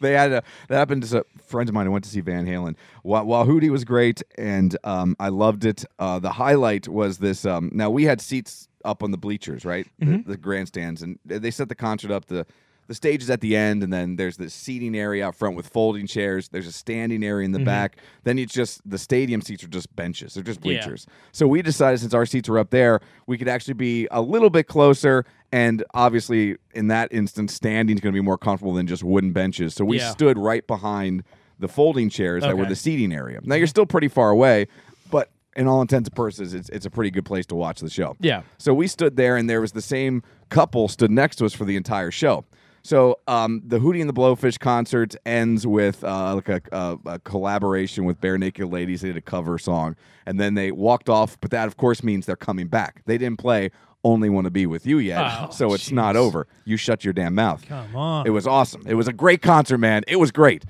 They had a that happened to a friend of mine who went to see Van Halen. While, while Hootie was great and um, I loved it, uh, the highlight was this. Um, now we had seats up on the bleachers, right, Mm-hmm. the, the grandstands, and they they set the concert up. the The stage is at the end, and then there's this seating area out front with folding chairs. There's a standing area Mm-hmm. in the back. Then it's just the stadium seats are just benches. They're just Yeah. bleachers. So we decided since our seats were up there, we could actually be a little bit closer. And obviously, in that instance, standing is going to be more comfortable than just wooden benches. So we Yeah. stood right behind the folding chairs that were Okay. the seating area. Now you're still pretty far away, but in all intents and purposes, it's, it's a pretty good place to watch the show. Yeah. So we stood there, and there was the same couple stood next to us for the entire show. So um, the Hootie and the Blowfish concert ends with uh, like a, a, a collaboration with Bare Naked Ladies. They did a cover song, and then they walked off. But that, of course, means they're coming back. They didn't play "Only Want to Be with You" yet, Oh, so it's not over. You shut your damn mouth. Come on. It was awesome. It was a great concert, man. It was great.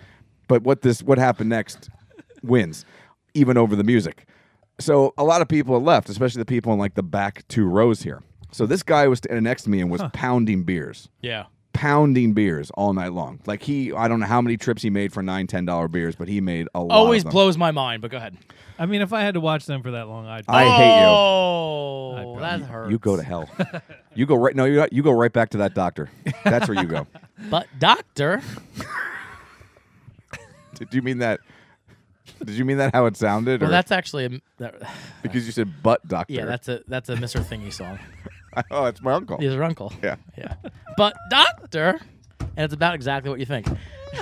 But what this what happened next wins, even over the music. So a lot of people had left, especially the people in like the back two rows here. So this guy was standing next to me and was pounding beers. yeah, Pounding beers all night long. Like he I don't know how many trips he made for nine, ten dollar beers, but he made a lot always of them. blows my mind. But go ahead. I mean, if I had to watch them for that long, I'd. I hate Oh, that hurts. you. You go to hell. you go right no, you you go right back to that doctor. That's where you go. but doctor. Did you mean that did you mean that how it sounded? Well, or that's actually a that, because you said butt doctor. yeah, that's a that's a Mr. Thingy song. Oh, that's my uncle. He's her uncle. Yeah. yeah. But doctor, and it's about exactly what you think.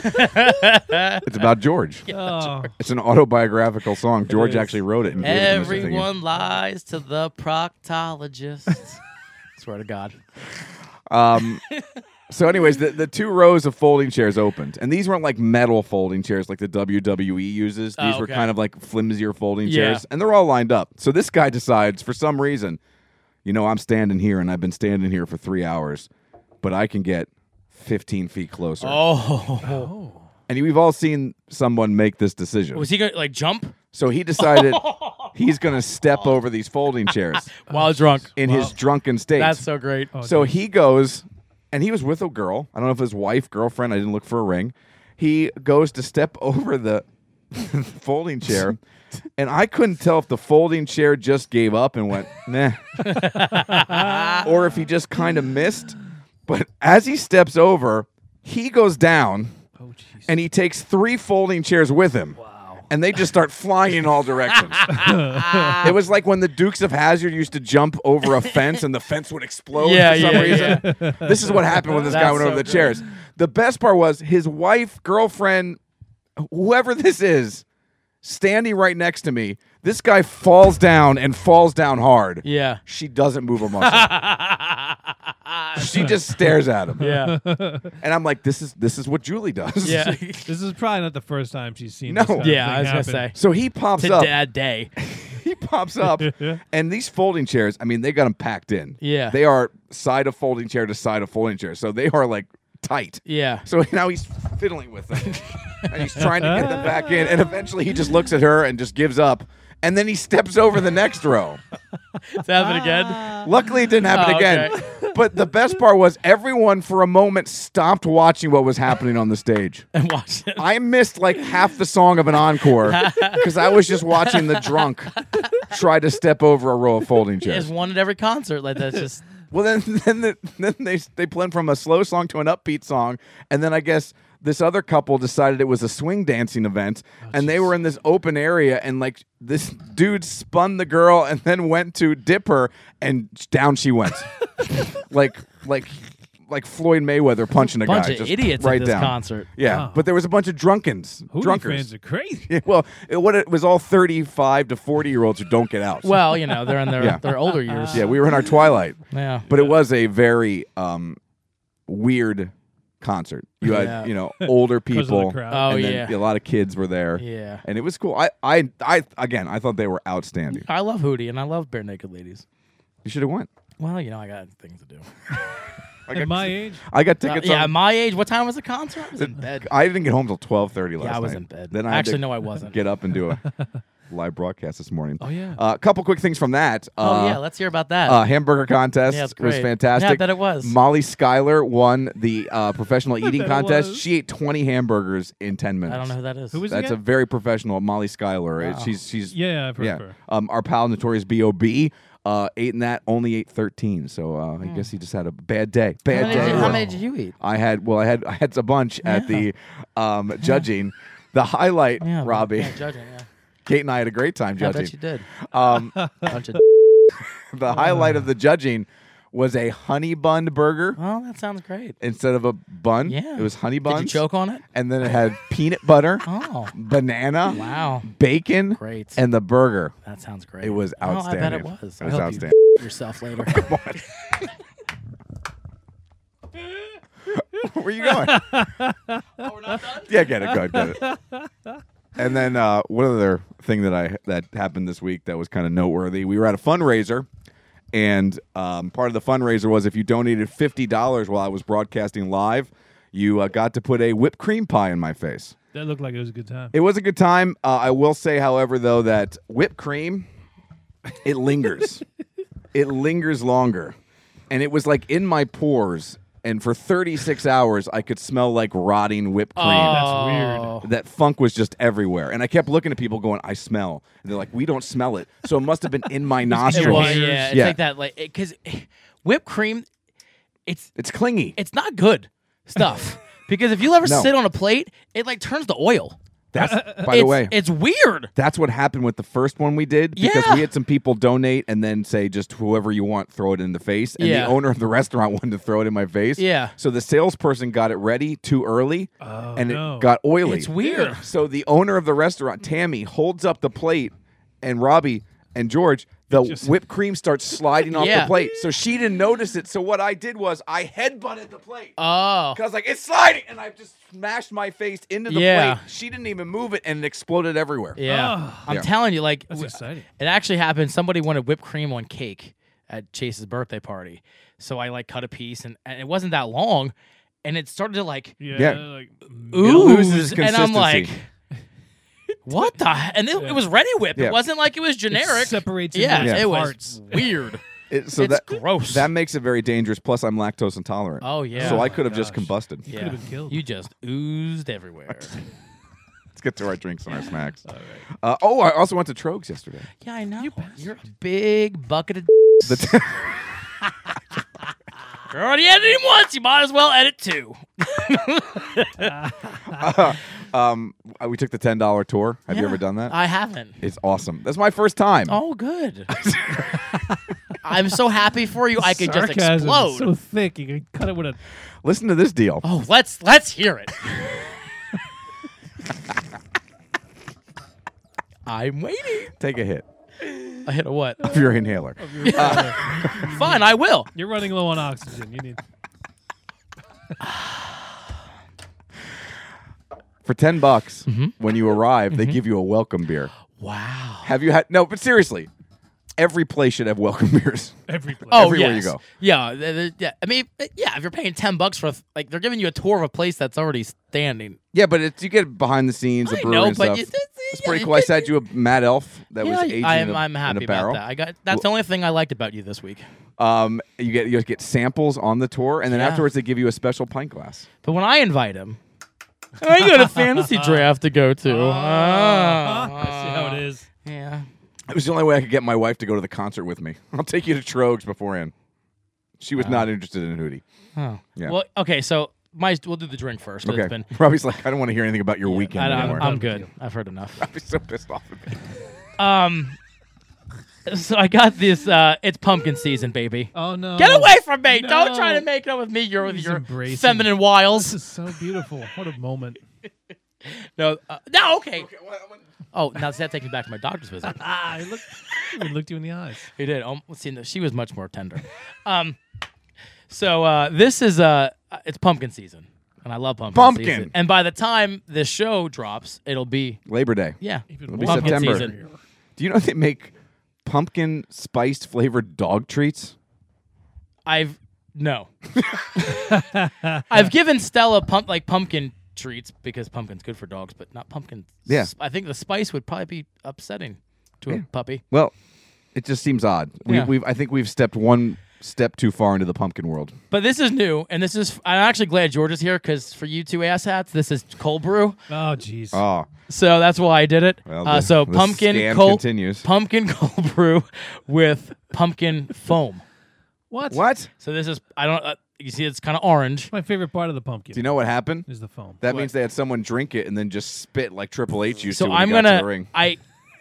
It's about George. Oh, It's an autobiographical song. George is. actually wrote it. And gave it to Mr. Thingy. Everyone lies to the proctologist. Swear to God. So, anyways, the, the two rows of folding chairs opened, and these weren't like metal folding chairs like the WWE uses. These Oh, were okay. kind of like flimsier folding Yeah. chairs, and they're all lined up. So this guy decides, for some reason, you know, I'm standing here, and I've been standing here for three hours, but I can get 15 feet closer. Oh, And we've all seen someone make this decision. was he gonna like jump so he decided he's going to step over these folding chairs while drunk? in his drunken state. That's so great. Oh, So he goes, and he was with a girl. I don't know if his wife, girlfriend. I didn't look for a ring. He goes to step over the folding chair, and I couldn't tell if the folding chair just gave up and went nah, or if he just kind of missed. But as he steps over, he goes down, Oh, and he takes three folding chairs with him. And they just start flying in all directions. it was like when the Dukes of Hazard used to jump over a fence and the fence would explode Yeah, for some yeah, reason this is what happened when this guy That's went so over the good. chairs. The best part was his wife, girlfriend, whoever this is, standing right next to me. This guy falls down and falls down hard. Yeah. She doesn't move a muscle. she just stares at him. Yeah. And I'm like, this is this is what Julie does. Yeah. This is probably not the first time she's seen. No. this kind of yeah, I thing was going to happen. say. So he pops To up. dad day. He pops up. And these folding chairs, I mean, they got them packed in. Yeah. They are side of folding chair to side of folding chair. So they are like tight. Yeah. So now he's fiddling with them. and he's trying to get them back in. And eventually he just looks at her and just gives up. And then he steps over the next row. It's happened Ah. again. Luckily, it didn't happen Oh, again. But the best part was everyone for a moment stopped watching what was happening on the stage. And watch it. I missed like half the song of an encore because I was just watching the drunk try to step over a row of folding chairs. It's one at every concert. Like, that's just. Well, then then the, then they they went from a slow song to an upbeat song, and then I guess this other couple decided it was a swing dancing event, Oh, and they were in this open area, and like this dude spun the girl and then went to dip her, and down she went, like like. Like Floyd Mayweather punching a Bunch guy, of just idiots at right this down. concert. Oh. Yeah, but there was a bunch of drunkens, Hootie drunkers. fans are crazy. Yeah, well, it, what it was all thirty-five to forty-year-olds who don't get out. Well, you know, they're in their, Yeah. their older years. yeah, we were in our twilight. Yeah. But it was a very um, weird concert. You had Yeah. you know older 'Cause of the people. crowd. Oh, and yeah. then a lot of kids were there. Yeah. and it was cool. I I I again I thought they were outstanding. I love Hootie and I love Bare Naked Ladies. You should have went. Well, you know, I got things to do. At my age, I got Uh, tickets. yeah, on- Uh, my age. What time was the concert? I was in bed. I didn't get home till twelve thirty last night. Yeah, I was in bed. Then I had to Actually, no, I wasn't. Get up and do a live broadcast this morning. Oh yeah. A couple quick things from that. oh, Uh, yeah. Let's hear about that. Uh, hamburger contest Yeah, it's was great. fantastic. Yeah, I bet it was. Molly Schuyler won the uh, professional eating bet it contest. was. She ate 20 hamburgers in 10 minutes. I don't know who that is. who was That's he a very professional Molly Schuyler. It- She's she's Oh. Yeah, I've heard of yeah. her. Um, our pal Notorious B.O.B. Uh, ate in that only ate 13. So uh, I guess he just had a bad day. how, Bad many day. did you, for how him. many did you eat? I had well I had I had a bunch at the um, judging. The highlight, Yeah, but- Robbie, Yeah, judging, yeah. Kate and I had a great time I judging. bet you did. Um, Bunch of the highlight of the judging was a honey bun burger well, that sounds great. instead of a bun. Yeah. It was honey Did buns. you choke on it? And then it had peanut butter, Oh, banana, wow. bacon, Great. and the burger. That sounds great. It was Oh, I outstanding. bet it was. It I was hope you outstanding. yourself later. Where are you going? yeah, get it, good, get it. And then uh, one other thing that I that happened this week that was kind of noteworthy. We were at a fundraiser, and um, part of the fundraiser was if you donated fifty dollars while I was broadcasting live, you uh, got to put a whipped cream pie in my face. That looked like it was a good time. It was a good time. Uh, I will say, however, though, that whipped cream, it lingers. it lingers longer. And it was like in my pores. And for 36 hours, I could smell like rotting whipped cream. Oh, That's That funk was just everywhere. And I kept looking at people going, I smell. And they're like, we don't smell it. So it must have been in my It nostrils. was, yeah. It's Yeah. like that, like because whipped cream, it's It's clingy. it's not good stuff. because if you ever No. sit on a plate, it like turns to oil. That's, by the it's, way, it's weird. that's what happened with the first one we did because Yeah. we had some people donate and then say just whoever you want throw it in the face and Yeah. the owner of the restaurant wanted to throw it in my face Yeah. so the salesperson got it ready too early and no. it got oily It's weird. so the owner of the restaurant tammy holds up the plate and robbie and george the whipped cream starts sliding off Yeah. the plate so she didn't notice it so what i did was i headbutted the plate Oh, I was like, it's sliding, and I just smashed my face into the Yeah. plate. She didn't even move it, and it exploded everywhere. yeah. Ah. I'm Yeah. telling you, like w- exciting. it actually happened. Somebody wanted whipped cream on cake at Chase's birthday party, so I like cut a piece, and, and it wasn't that long, and it started to like weird. Yeah. like, loses ooze, and I'm like. What the? he- And it, it was Ready Whip. Yeah. It wasn't like it was generic. separates into Yeah, its it parts. was weird. It, so It's that, gross. That makes it very dangerous. Plus, I'm lactose intolerant. Oh, yeah. So Oh, I could have just combusted. yeah, could've been killed. you just oozed everywhere. Let's get to our drinks and our snacks. uh, oh, I also went to Trogs yesterday. yeah, I know. You are a big bucket of. The t- You're already editing once. You might as well edit two. um, we took the ten dollar tour. Have you Yeah, ever done that? I haven't. it's awesome. That's my first time. Oh, good. I'm so happy for you. I could just Sarcasm is explode. So thick, you can cut it with a. Listen to this deal. oh, let's let's hear it. I'm waiting. Take a hit I hit a what? of your inhaler. Fine, I will. You're running low on oxygen. You need. For 10 bucks, Mm-hmm. when you arrive, they give you a welcome beer. Wow. Have you had No, but seriously. Every place should have welcome beers. Every place. Oh, Everywhere you yes. go. Yeah, th- th- yeah. I mean, eh, yeah. If you're paying ten bucks for, a th- like, they're giving you a tour of a place that's already standing. Yeah, but it's, you get behind the scenes, the I brewery know, and but stuff. you- it's- it's yeah, pretty you cool. I get- sent you a Mad Elf that was yeah, aged I'm, in a, I'm happy in a about barrel. that. I got that's the only thing I liked about you this week. Um, you get you get samples on the tour, and then Yeah. afterwards they give you a special pint glass. But when I invite him, I got a fantasy draft to go to. I see how it is. Yeah. It was the only way I could get my wife to go to the concert with me. I'll take you to Trogs beforehand. She was Ah. not interested in Hootie. Oh. Yeah. Well, okay. So my we'll do the drink first. 'cause Okay, It's been, Robbie's like, I don't want to hear anything about your weekend I, anymore. am I'm good. I've heard enough. Robbie's so pissed off at me. Um. So I got this. Uh, it's pumpkin season, baby. Oh no. Get away from me! Don't try No. to make up with me. You're with He's your embracing- feminine This wiles. is so beautiful. What a moment. No, uh, no, okay. Oh, now see, that takes me back to my doctor's visit. Ah, he looked. He even looked you in the eyes. He did. Um, see, no, she was much more tender. Um, so uh, this is uh, it's pumpkin season, and I love pumpkin. Pumpkin. season. And by the time this show drops, it'll be Labor Day. yeah, be pumpkin September. season. Do you know they make pumpkin spiced flavored dog treats? I've no. I've given Stella pump like pumpkin treats because pumpkin's good for dogs, but not pumpkin. Yeah. sp- I think the spice would probably be upsetting to a puppy. Well, it just seems odd. We, Yeah. we've I think we've stepped one step too far into the pumpkin world. But this is new, and this is I'm actually glad George is here because for you two asshats, this is cold brew. Oh jeez. Oh, So that's why I did it. Well, uh, the- so the pumpkin scam cold continues. pumpkin cold brew with pumpkin foam. what? what? So this is I don't uh, you see it's kind of orange. My favorite part of the Do you pumpkin know what happened? is the foam. That means they had someone drink it and then just spit like Triple H used to. So when he I'm got to gonna the ring. I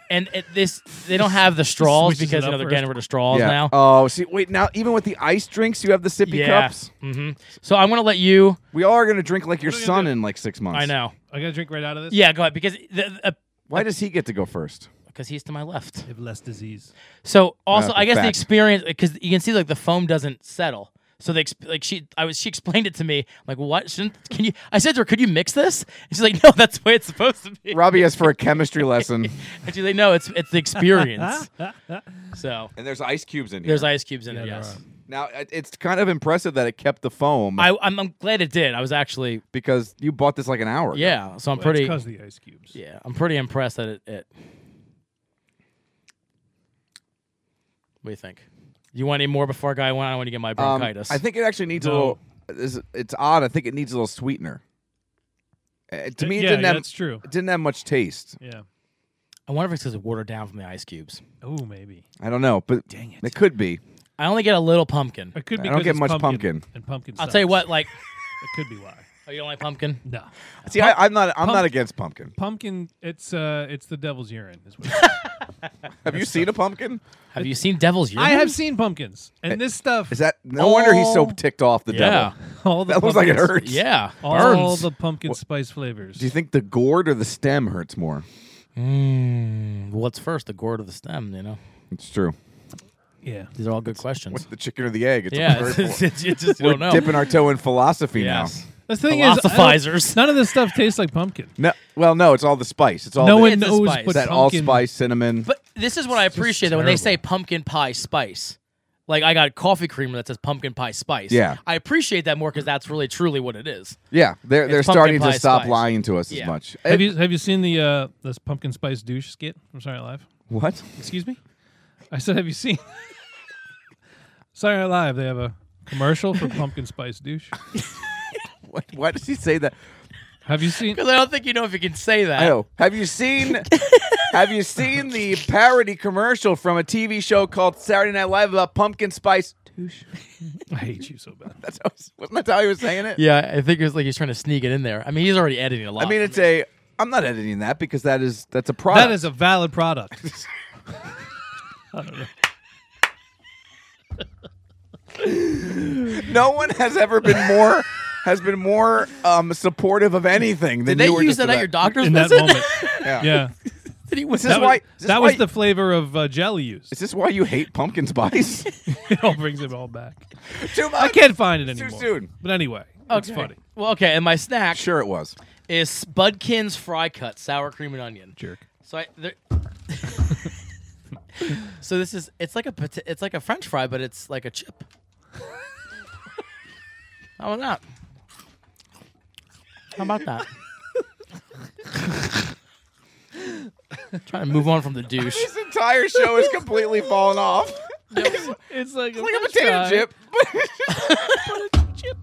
and it, this they don't have the straws Switches it because you up know they're first. getting rid of straws now. Oh, see, wait. Now even with the ice drinks, you have the sippy yeah. cups. hmm So I'm gonna let you. We all are gonna drink like your are we son gonna do? in like six months. I know. I gotta drink right out of this. Yeah, go ahead because the, uh, Why does he get to go first? because he's to my left. They have less disease. So also, No, I guess the fact. experience because you can see like the foam doesn't settle. So they exp- like she, I was she explained it to me like what shouldn't can you? I said to her, could you mix this? And she's like, no, that's the way it's supposed to be. Robbie is for a chemistry lesson, And she's like, no, it's it's the experience. so and there's ice cubes in here. there's ice cubes in it. there Yes, are. now it- it's kind of impressive that it kept the foam I I'm, I'm glad it did. I was actually because you bought this like an hour. ago. yeah. So I'm pretty Because the ice cubes. yeah. I'm pretty impressed that it. it. What do you think? You want any more before I go? I want. I want to get my Um, bronchitis. I think it actually needs a No. little. It's, it's odd. I think it needs a little sweetener. Uh, to me, it yeah, didn't have that's true. it didn't have much taste. Yeah. I wonder if it's because it watered down from the ice cubes. Oh, maybe. I don't know, but dang it, it could be. I only get a little pumpkin. It could I be. don't 'cause get it's much pumpkin. pumpkin. And pumpkin. I'll sucks. tell you what, like, It could be why. oh, you don't like pumpkin? No. See, I, I'm not. I'm pump- not against pumpkin. Pumpkin. It's uh. It's the devil's urine. Is what it is. Have you seen a pumpkin? Have you seen Devil's Urine? I have seen pumpkins, and this stuff. Eh, Is that no wonder he's so All- ticked off the Yeah. devil? all the That looks like it pumpkins- hurts. Yeah. All burns. the pumpkin spice flavors. Do you think the gourd or the stem hurts more? Mm, what's first, the gourd or the stem? You know, It's true. yeah. these are all good questions. What's the chicken or the egg? It's yeah, very it's, full- it's- you just We're don't know. dipping our toe in philosophy yes. The thing is, Philosophizers. I don't- none of this stuff tastes like pumpkin. now. No, well, no, it's all the spice. It's all No the, one It's a knows, spice. but Oh, that pumpkin, allspice, cinnamon. But this is what I just appreciate though when they terrible. say pumpkin pie spice. Like I got coffee creamer that says pumpkin pie spice. Yeah. I appreciate that more because that's really truly what it is. yeah, they're they're pumpkin starting to pie stop spice. lying to us as Yeah. much. Have you have you seen the uh, this pumpkin spice douche skit from Saturday Night Live? what? Excuse me? I said, have you seen Saturday Night Live? They have a commercial for pumpkin spice douche. What? Why does he say that? Have you seen? Because I don't think you know if you can say that. I know. Have you seen? have you seen the parody commercial from a TV show called Saturday Night Live about pumpkin spice? douche? I hate you so bad. That's how, wasn't that how he was saying it? Yeah, I think it's like he's trying to sneak it in there. I mean, he's already editing a lot. I mean, it's a. I'm not editing that because that is that's a product. That is a valid product. no one has ever been more has been more um, supportive of anything than Did they you were use just that at about. your doctor's In that visit? moment. Yeah. Yeah. That he was This that is was, why- this is that was why- the flavor of uh, jelly used. Is this why you hate pumpkin spice? it all brings it all back. Too much. I can't find it anymore. soon. But anyway, it's funny. Well, okay, and my snack Sure, it was. is Spudkin's fry cut, sour cream and onion. Jerk. So I. There, so this is it's like a pota- it's like a French fry, but it's like a chip. How about that? How about that? Trying to move on from the douche. This entire show is completely fallen off. It's like a, Like a potato chip.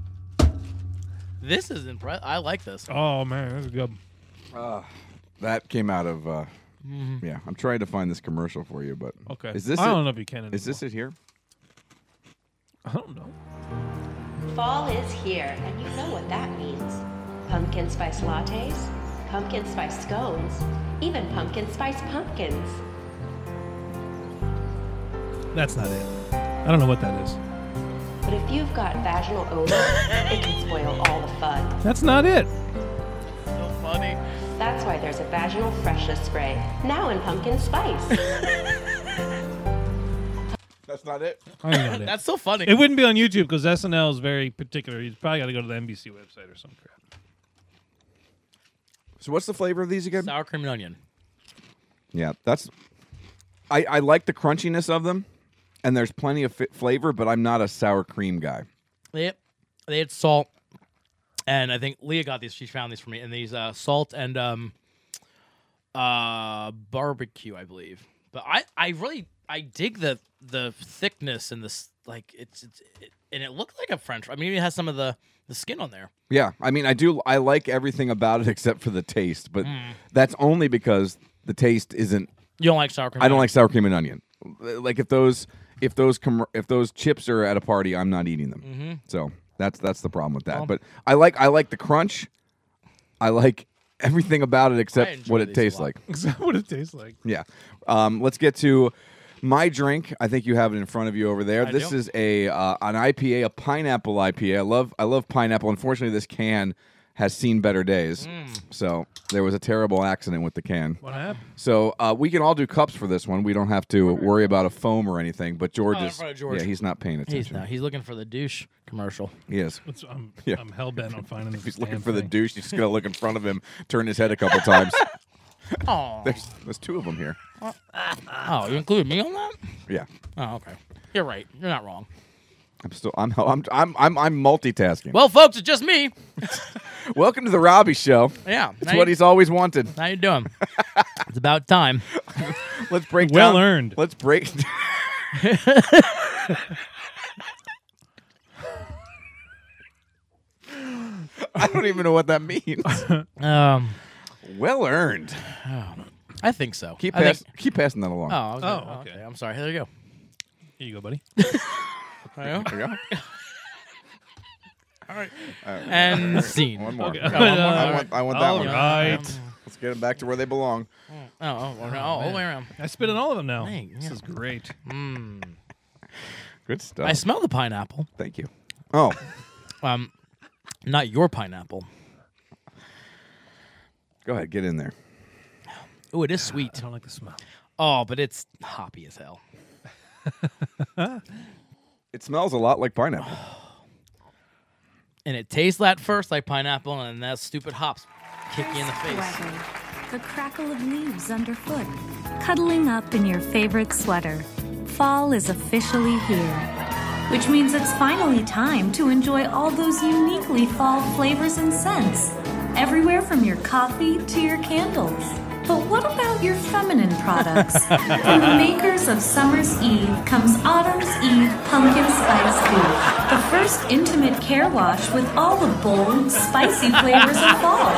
This is impressive. I like this. Oh man, that's good. that came out of. Uh, Yeah, I'm trying to find this commercial for you, but Mm-hmm. Okay. Is this I don't it? know if you can. Anymore. Is this it here? I don't know. Fall is here, and you know what that means. Pumpkin spice lattes, pumpkin spice scones, even pumpkin spice pumpkins. That's not it. I don't know what that is. But if you've got vaginal odor, it can spoil all the fun. That's not it. So funny. That's why there's a vaginal freshness spray, now in pumpkin spice. That's not it. I don't know what it. That's so funny. It wouldn't be on YouTube because SNL is very particular. You probably got to go to the NBC website or some crap. So what's the flavor of these again? sour cream and onion. Yeah, that's. I I like the crunchiness of them, and there's plenty of fi flavor, but I'm not a sour cream guy. They they had salt, and I think Leah got these. She found these for me, and these uh, salt and um, uh, barbecue, I believe. But I I really I dig the the thickness and this like it's, it's it, and it looked like a French. I mean, it has some of the the skin on there. Yeah, I mean, I do. I like everything about it except for the taste, but Hmm. that's only because the taste isn't. You don't like sour cream? I don't like sour cream and onion. Like if those if those com- if those chips are at a party, I'm not eating them. Mm-hmm. So that's that's the problem with that. but I like I like the crunch. I like everything about it except enjoy what it these a tastes lot. like. Is that what it tastes like? Yeah. Um, let's get to my drink. I think you have it in front of you over there. I this do. is a uh, an IPA, a pineapple IPA. I love I love pineapple. Unfortunately, this can has seen better days. Hmm. So there was a terrible accident with the can. What happened? So uh, we can all do cups for this one. We don't have to worry about a foam or anything. But George Oh, in is front of George. yeah, he's not paying attention. He's not. He's looking for the douche commercial. He is. What's, I'm, Yeah. I'm hell bent on finding this. He's looking damn for the thing. douche. He's gonna look in front of him, turn his head a couple times. Oh, There's, there's two of them here. oh, you include me on that? Yeah, Oh, okay. You're right. You're not wrong. I'm still I'm I'm I'm I'm, I'm multitasking. Well, folks, it's just me. Welcome to the Robbie Show. Yeah, It's what he's always wanted. How you doing? it's about time. Let's break Well down- earned. Let's break. I don't even know what that means. Um, well earned. I think so. Keep I think- pass, keep passing that along. Oh, I was gonna- Oh, oh, okay. okay. I'm sorry. There you go. Here you go, buddy. There you go. There you go. and scene. One more. Okay. one more. I want, I want that All one. right. Let's get them back to where they belong. Oh, oh, oh, all the way around. I spit in all of them now. Dang, this yeah. is great. Good stuff. I smell the pineapple. Thank you. Oh, Um, not your pineapple. go ahead. Get in there. Oh, it is sweet. I don't like the smell. Oh, but it's hoppy as hell. It smells a lot like pineapple. And it tastes at first like pineapple, and that stupid hops kick you in the face. Weather. The crackle of leaves underfoot. Cuddling up in your favorite sweater. Fall is officially here. Which means it's finally time to enjoy all those uniquely fall flavors and scents. Everywhere from your coffee to your candles. But what about your feminine products? From the makers of Summer's Eve comes Autumn's Eve Pumpkin Spice Beef, the first intimate care wash with all the bold, spicy flavors of fall.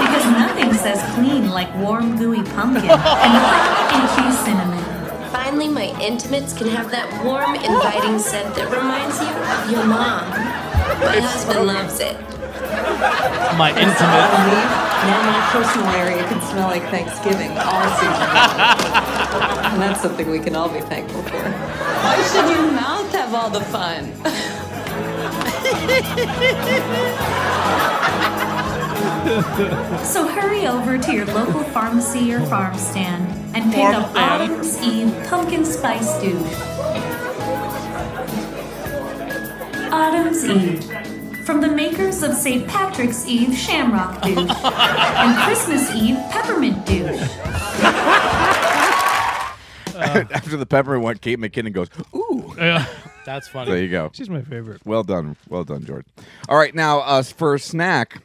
Because nothing says clean like warm, gooey pumpkin and hot and cheese cinnamon. Finally, my intimates can have that warm, inviting scent that reminds you of your mom. My husband loves it. My intimate. Now my personal area can smell like Thanksgiving all season. and that's something we can all be thankful for. Why should your mouth have all the fun? So hurry over to your local pharmacy or farm stand and pick Farm up stand. Autumn's Eve pumpkin spice stew. Autumn's Eve. From the makers of St. Patrick's Eve Shamrock Dew and Christmas Eve Peppermint Dew. After the peppermint one, Kate McKinnon goes, "Ooh, That's funny. There you go. She's my favorite. Well done, well done, Jordan. All right, now uh, for a snack,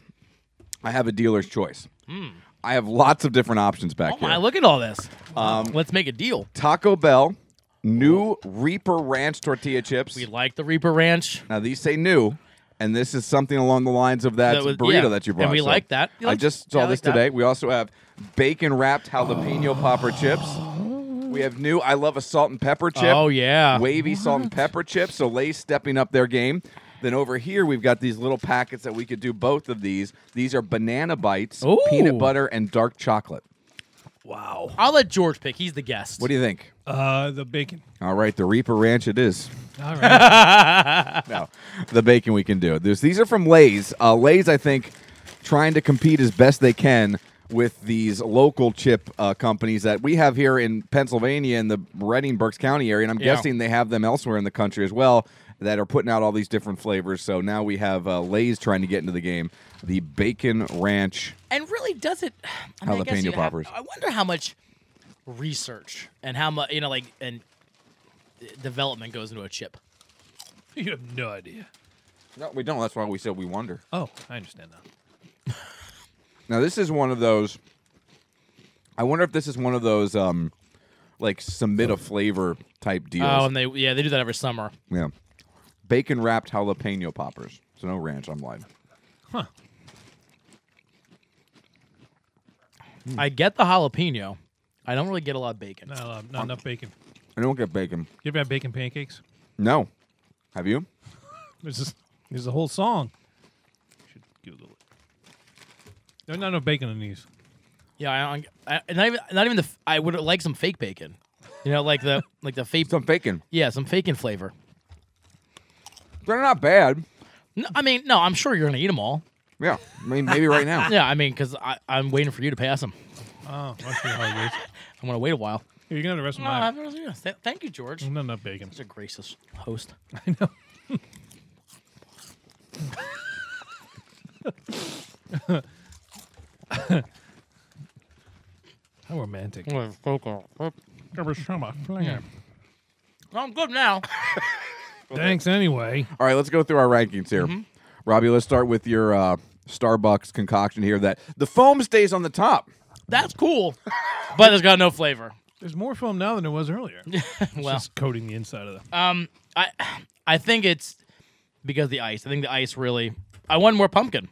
I have a dealer's choice. Mm. I have lots of different options back Oh my, here. look at all this. Um, Let's make a deal. Taco Bell, Oh. new Reaper Ranch tortilla chips. We like the Reaper Ranch. Now these say new, and this is something along the lines of that, That was- burrito yeah, that you and brought. we like that. You I like- just yeah, saw I like this that. today. We also have bacon wrapped jalapeno popper chips. We have new. I love a salt and pepper chip. Oh, yeah. wavy salt and pepper chips. So Lay's stepping up their game. Then over here we've got these little packets that we could do both of these. These are banana bites, peanut butter, and dark chocolate. Wow. I'll let George pick. He's the guest. What do you think? Uh, the bacon. All right, the Reaper Ranch it is. All right. no. the bacon we can do. There's, these are from Lay's. Uh, Lay's, I think, trying to compete as best they can with these local chip uh, companies that we have here in Pennsylvania in the Reading Berks County area, and I'm Yeah. guessing they have them elsewhere in the country as well that are putting out all these different flavors. So now we have uh, Lay's trying to get into the game. The bacon ranch. And really, does it? I mean, I guess Jalapeno you have- poppers. I wonder how much research and how much you know, like, and development goes into a chip. you have no idea. No, we don't. That's why we said we wonder. Oh, I understand now. Now this is one of those. I wonder if this is one of those, um, like submit a flavor type deals. Oh, and they yeah they do that every summer. Yeah. Bacon wrapped jalapeno poppers. So no ranch. I'm lying. Hmm. I get the jalapeno. I don't really get a lot of bacon. Not, a lot- Uh, not enough bacon. I don't get bacon. You ever had bacon pancakes? No. Have you? There's this, there's a whole song. Should Google it. There's not enough bacon in these. Yeah, I, don't- I, not even not even the. f- I would like some fake bacon. You know, like the like the fake some bacon. Yeah, some bacon flavor. They're not bad. No, I mean, no, I'm sure you're gonna eat them all. Yeah, I mean, maybe right now. yeah, I mean, because I'm waiting for you to pass them. Oh, that's how it is. I'm gonna wait a while. Here, you can have the rest of No, mine. I've never seen it. Th- Thank you, George. Not enough bacon. Such a gracious host. I know. How romantic. I'm good now. Thanks anyway. All right, let's go through our rankings here. Robbie, let's start with your uh, Starbucks concoction here. That the foam stays on the top. That's cool, but it's got no flavor. There's more foam now than there was earlier. It's Well. just coating the inside of the. Um, I, I think it's because of the ice. I think the ice really. I want more pumpkin.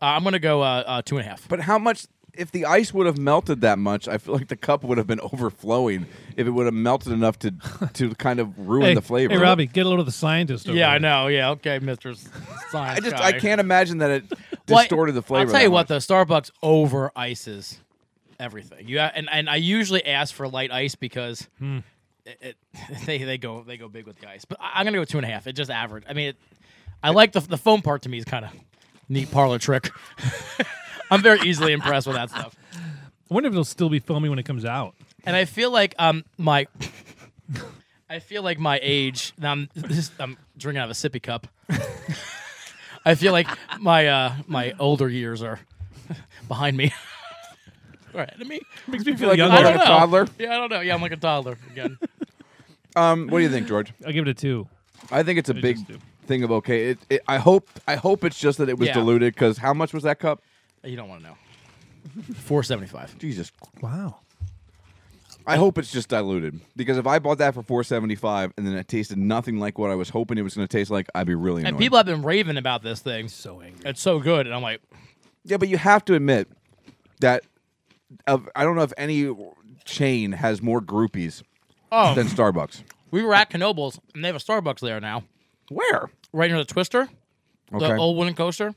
Uh, I'm gonna go uh, uh, two and a half. But how much? If the ice would have melted that much, I feel like the cup would have been overflowing. If it would have melted enough to to kind of ruin Hey, the flavor. Hey, Robbie, get a little of the scientist. Over yeah, I here. know. Yeah, okay, Mister Science. I just guy. I can't imagine that it Well, I- distorted the flavor. I'll tell that you much. what, though, Starbucks over ices everything. You ha- and and I usually ask for light ice because Hmm. it, it, they they go they go big with the ice. But I, am gonna go two and a half. It just average. I mean, it, I like the the foam part to me is kind of neat parlor trick. I'm very easily impressed with that stuff, I wonder if it'll still be foamy when it comes out. and I feel like um my. I feel like my age. Now I'm this, I'm drinking out of a sippy cup. I feel like my uh, my older years are behind me. Or ahead of me. Makes me feel like younger. I don't Like a know. toddler? Yeah, I don't know. Yeah, I'm like a toddler again. Um, what do you think, George? I give it a two. I think it's a big thing of okay. It, it, I hope I hope it's just that it was Yeah. diluted because how much was that cup? you don't want to know. Four seventy five. Jesus, Wow. I hope it's just diluted because if I bought that for four seventy five and then it tasted nothing like what I was hoping it was going to taste like, I'd be really annoyed. And people have been raving about this thing. So angry. It's so good, and I'm like, yeah, but you have to admit that of, I don't know if any chain has more groupies Oh. than Starbucks. we were at Knobles, and they have a Starbucks there now. Where? Right near the Twister, Okay. the old wooden coaster,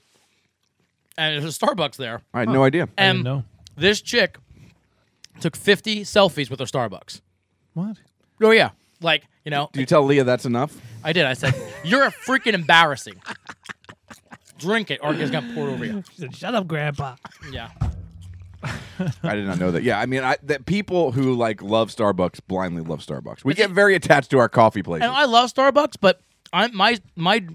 and there's a Starbucks there. I had no idea. I And Hmm. didn't know. this chick took 50 selfies with her Starbucks. What? Oh yeah, like you know, Do you tell Leah that's enough? I did. I said, "You're a freaking embarrassing." drink it, or it's gonna pour over you. She said, Shut up, Grandpa. Yeah. I did not know that. Yeah, I mean, I, that people who like love Starbucks blindly love Starbucks. We get very attached to our coffee places. And I love Starbucks, but I'm my my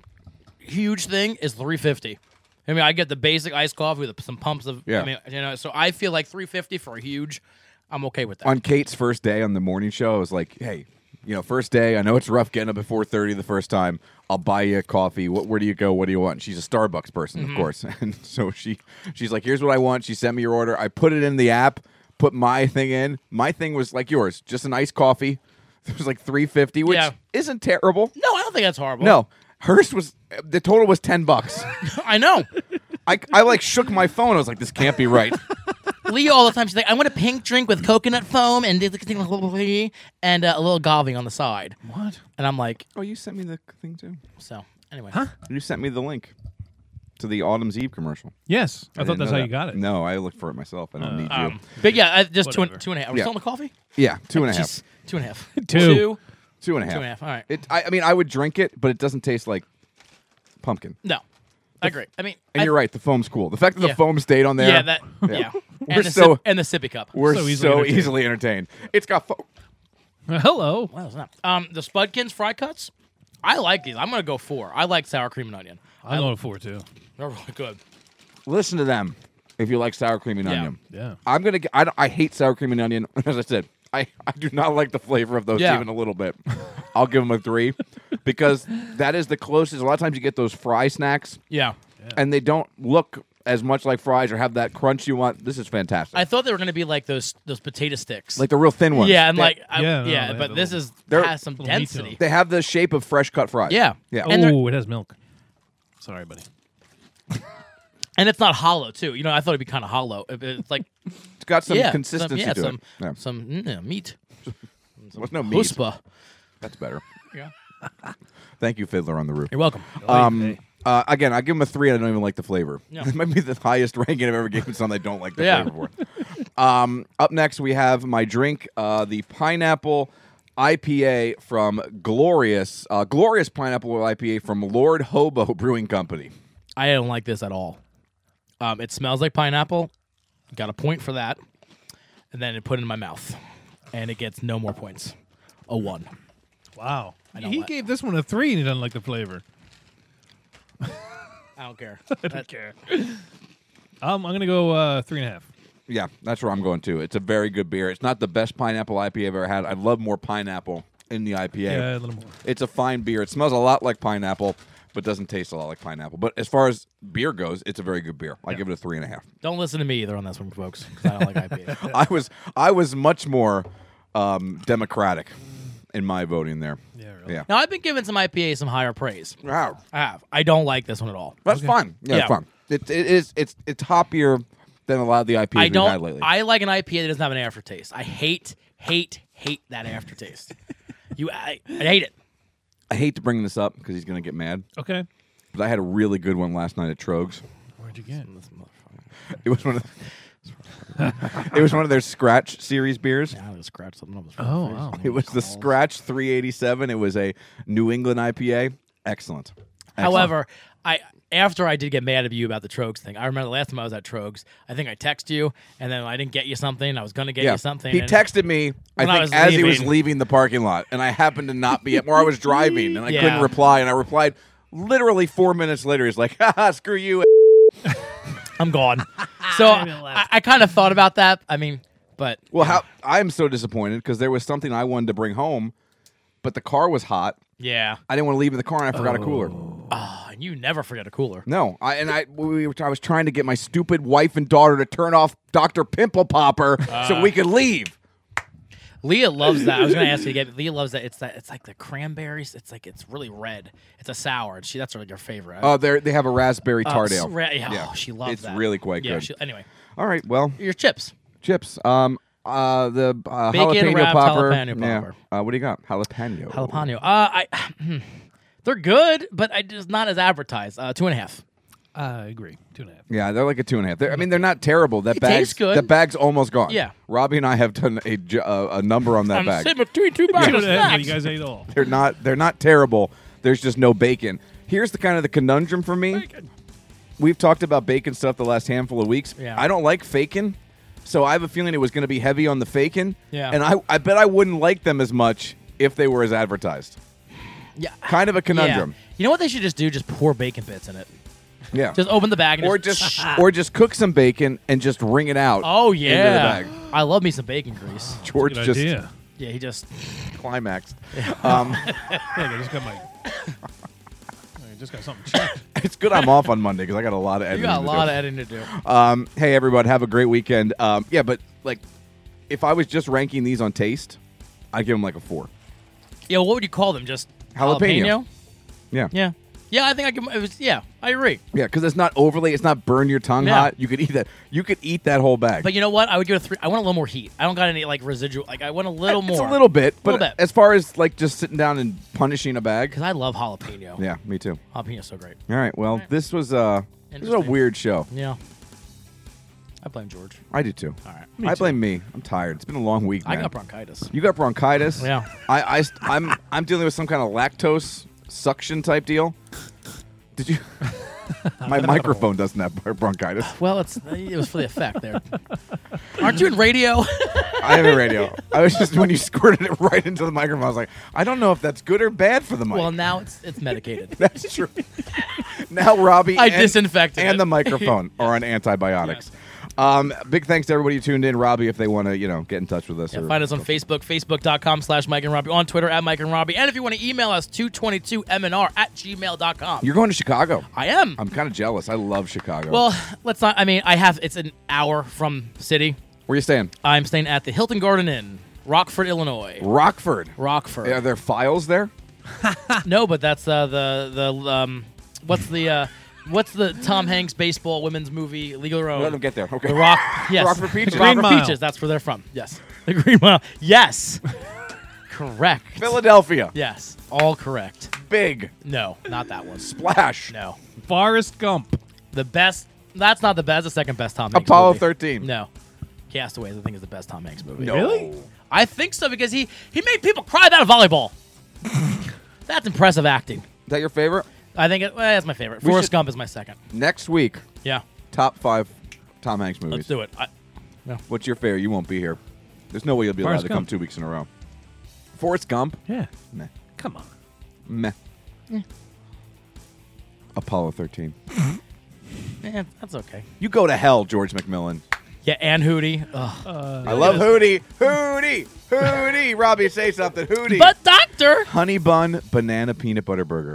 huge thing is 350. I mean, I get the basic iced coffee with some pumps of. Yeah. I mean, you know, so I feel like 350 for a huge. I'm okay with that. on Kate's first day on the morning show, I was like, "Hey, you know, first day. I know it's rough getting up at four thirty the first time. I'll buy you a coffee. What, where do you go? What do you want?" She's a Starbucks person, of course, and so she she's like, "Here's what I want." She sent me your order. I put it in the app. Put my thing in. My thing was like yours, just an iced coffee. It was like three fifty, which Yeah. isn't terrible. no, I don't think that's horrible. No, hers was the total was ten bucks. I know. I, I like shook my phone. I was like, "This can't be right." Lee all the time. She's like, I want a pink drink with coconut foam and and uh, a little golving on the side. What? And I'm like, oh, you sent me the thing too. so anyway, You sent me the link to the Autumn's Eve commercial. Yes. I, didn't thought that's know how that. you got it. No, I looked for it myself. I don't need you. um, but yeah, I, just two and, Whatever. two and a half. Are we Yeah. still on the coffee? yeah, two and a half. Jeez, Two and a half. Two. Two and a half. Two and a half. All right. It, I, I mean, I would drink it, but it doesn't taste like pumpkin. No, I agree. I mean, And I- you're right. The foam's cool. The fact that Yeah. the foam stayed on there. Yeah, that. Yeah. We're and the so- sip, and the sippy cup. We're so e- So easily, easily entertained. entertained. It's got foam. Hello. Wow, it's not. Um, the Spudkins fry cuts. I like these. I'm gonna go four. I like sour cream and onion. I'm going for it, too. They're really good. Listen to them if you like sour cream and Yeah. onion. Yeah. I'm gonna. g- I, don't- I hate sour cream and onion. As I said, I, I do not like the flavor of those Yeah. even a little bit. I'll give them a three because that is the closest. A lot of times you get those fry snacks, Yeah. and they don't look as much like fries or have that crunch you want. This is fantastic. I thought they were gonna be like those those potato sticks. like the real thin ones. yeah, and They- like I, Yeah, yeah, no, they have but a this little- is They're- has some little meat to density. they have the shape of fresh cut fries. Yeah. yeah. And they're- Oh, it has milk. Sorry, buddy. and it's not hollow too. You know, I thought it'd be kind of hollow. It- It's like it's got some yeah, consistency some, yeah, to some, it. Yeah. Some mm, yeah, meat, Well, no meat. huspa. That's better. Yeah. Thank you, Fiddler on the Roof. You're welcome. Um, uh, again, I give them a three. and I don't even like the flavor. Yeah. It might be the highest ranking I've ever given something I don't like the Yeah. flavor for. Um, up next, we have my drink, uh, the pineapple IPA from Glorious, uh, Glorious Pineapple IPA from Lord Hobo Brewing Company. I don't like this at all. Um, it smells like pineapple. Got a point for that, and then it put it in my mouth, and it gets no more points. A one. Wow. don't He like- gave this one a three and he doesn't like the flavor. I don't care. That- Um, I'm going to go uh, three and a half. Yeah, that's where I'm going to. It's a very good beer. It's not the best pineapple IPA I've ever had. I love more pineapple in the IPA. Yeah, a little more. It's a fine beer. It smells a lot like pineapple, but doesn't taste a lot like pineapple. But as far as beer goes, it's a very good beer. I give it a three and a half. Don't listen to me either on this one, folks. 'cause I don't like IPA. I was I was much more um, democratic in my voting there. Yeah, really? Yeah. now I've been giving some IPA some higher praise. Wow. I have. I don't like this one at all. That's fine. Yeah, Yeah. it's fine. It, it is it's it's hoppier than a lot of the IPAs I we've don't. had lately. I like an IPA that doesn't have an aftertaste. I hate, hate, hate that aftertaste. you, I, I hate it. I hate to bring this up because he's gonna get mad, Okay. but I had a really good one last night at Trogs. Where'd you get? It was one of the, it was one of their scratch series beers. I just scratched something on this. Oh, wow. It was the Scratch 387. It was a New England IPA. Excellent. Excellent. However, I after I did get mad at you about the Trogs thing, I remember the last time I was at Trogs, I think I texted you, and then I didn't get you something. I was gonna get yeah, you something. He and- texted me. I When I think was as he was leaving. leaving the parking lot, and I happened to not be at where I was driving, and I Yeah. couldn't reply. And I replied literally four minutes later. He's like, "Ha ha, screw you." I'm gone. so I, I kind of thought about that. I mean, but Well, how I'm so disappointed because there was something I wanted to bring home, but the car was hot. yeah, I didn't want to leave in the car, and I forgot a cooler. oh, and you never forget a cooler. No, I and I we were, I was trying to get my stupid wife and daughter to turn off Doctor Pimple Popper Uh. so we could leave. Leah loves that. I was gonna ask you again. Leah loves that. It's that. It's like the cranberries. It's like it's really red. It's a sour, and she that's like her favorite. Oh, they they have a raspberry Uh, tart s- ale. ra- yeah, oh, she loves it's that. really quite yeah, good. she- anyway, All right, well, your chips. chips. Um, uh, the uh, Bacon jalapeno wrapped popper. jalapeno popper. Yeah. Uh, what do you got? Jalapeno. Jalapeno. Uh, I they're good, but I just not as advertised. Uh, two and a half. I agree. Two and a half. Yeah, they're like a two and a half. They're, I mean, they're not terrible. That It bag's tastes good. That bag's almost gone. Yeah. Robbie and I have done a, ju- uh, a number on that I'm bag. sitting between two bags Two of and a half. snacks. You guys ate all. They're not. They're not terrible. There's just no bacon. Here's the kind of the conundrum for me. we've talked about bacon stuff the last handful of weeks. Yeah. I don't like faking, so I have a feeling it was going to be heavy on the faking. Yeah. And I, I bet I wouldn't like them as much if they were as advertised. Yeah. Kind of a conundrum. Yeah. You know what they should just do? Just pour bacon bits in it. Yeah. Just open the bag and or just, just or just cook some bacon and just wring it out. oh into the yeah. bag. I love me some bacon grease. George Good just idea. Yeah, he just climaxed. Um, Look, I just got my. I just got something checked. it's good I'm off on Monday because I got a lot of you editing. got a to lot do. of editing to do. Um, hey everyone, have a great weekend. Um, yeah, but like, if I was just ranking these on taste, I'd give them like a four. Yeah, what would you call them? Just Jalapeno. Yeah, Yeah. Yeah, I think I can. It was, yeah, I agree. yeah, because it's not overly, it's not burn your tongue Yeah. hot. You could eat that. You could eat that whole bag. But you know what? I would give it a three. I want a little more heat. I don't got any like residual. Like I want a little it's more. a little bit, but Little bit. as far as like just sitting down and punishing a bag, Because I love jalapeno. yeah, me too. Jalapeno's so great. All right, well, this was uh, this was a Interesting. weird show. Yeah. I blame George. I do too. All right. I blame me. I'm tired. It's been a long week. I man. got bronchitis. You got bronchitis. Yeah. I, I am I'm dealing with some kind of lactose suction type deal. Did you? My microphone doesn't have bron- bronchitis. Well, it's it was for the effect there. Aren't you in radio? I have a radio. I was just when you squirted it right into the microphone. I was like, I don't know if that's good or bad for the mic. well, now it's it's medicated. that's true. now Robbie, I and, disinfected and it. the microphone are on antibiotics. Um, big thanks to everybody who tuned in. Robbie, if they want to, you know, get in touch with us. Yeah, or- find us on Facebook, facebook.com slash Mike and Robbie, on Twitter at Mike and Robbie. And if you want to email us, 222MNR at gmail.com. You're going to Chicago. I am. I'm kind of jealous. I love Chicago. well, let's not, I mean, I have, it's an hour from city. where you staying? I'm staying at the Hilton Garden Inn, Rockford, Illinois. Rockford. Rockford. Are there files there? No, but that's uh, the, the, um, what's the, uh, what's the Tom Hanks baseball women's movie, Legal Road? Let them get there. Okay. The Rock, yes. Rockford Peaches. The Green Rockford Mile. Peaches, that's where they're from. Yes. The Green Mile. Yes. correct. Philadelphia. Yes. All correct. Big. No, not that one. Splash. No. Forrest Gump. The best. That's not the best. The second best Tom Hanks. Apollo movie. 13. No. Castaways, I think, is the best Tom Hanks movie. No. I think so because he he made people cry about a volleyball. that's impressive acting. Is that your favorite? I think it, well, that's my favorite. We Forrest should- Gump is my second. Next week, Yeah. top five Tom Hanks movies. Let's do it. I, What's your favorite? You won't be here. There's no way you'll be allowed Forrest to come Gump. two weeks in a row. Forrest Gump. Yeah. Meh. Come on. Meh. Apollo 13. eh, that's okay. You go to hell, George McMillan. Yeah, and Hootie. Ugh. I love Hootie. Hootie. Hootie. Robbie, say something. Hootie. but Doctor. Honey bun, banana peanut butter burger.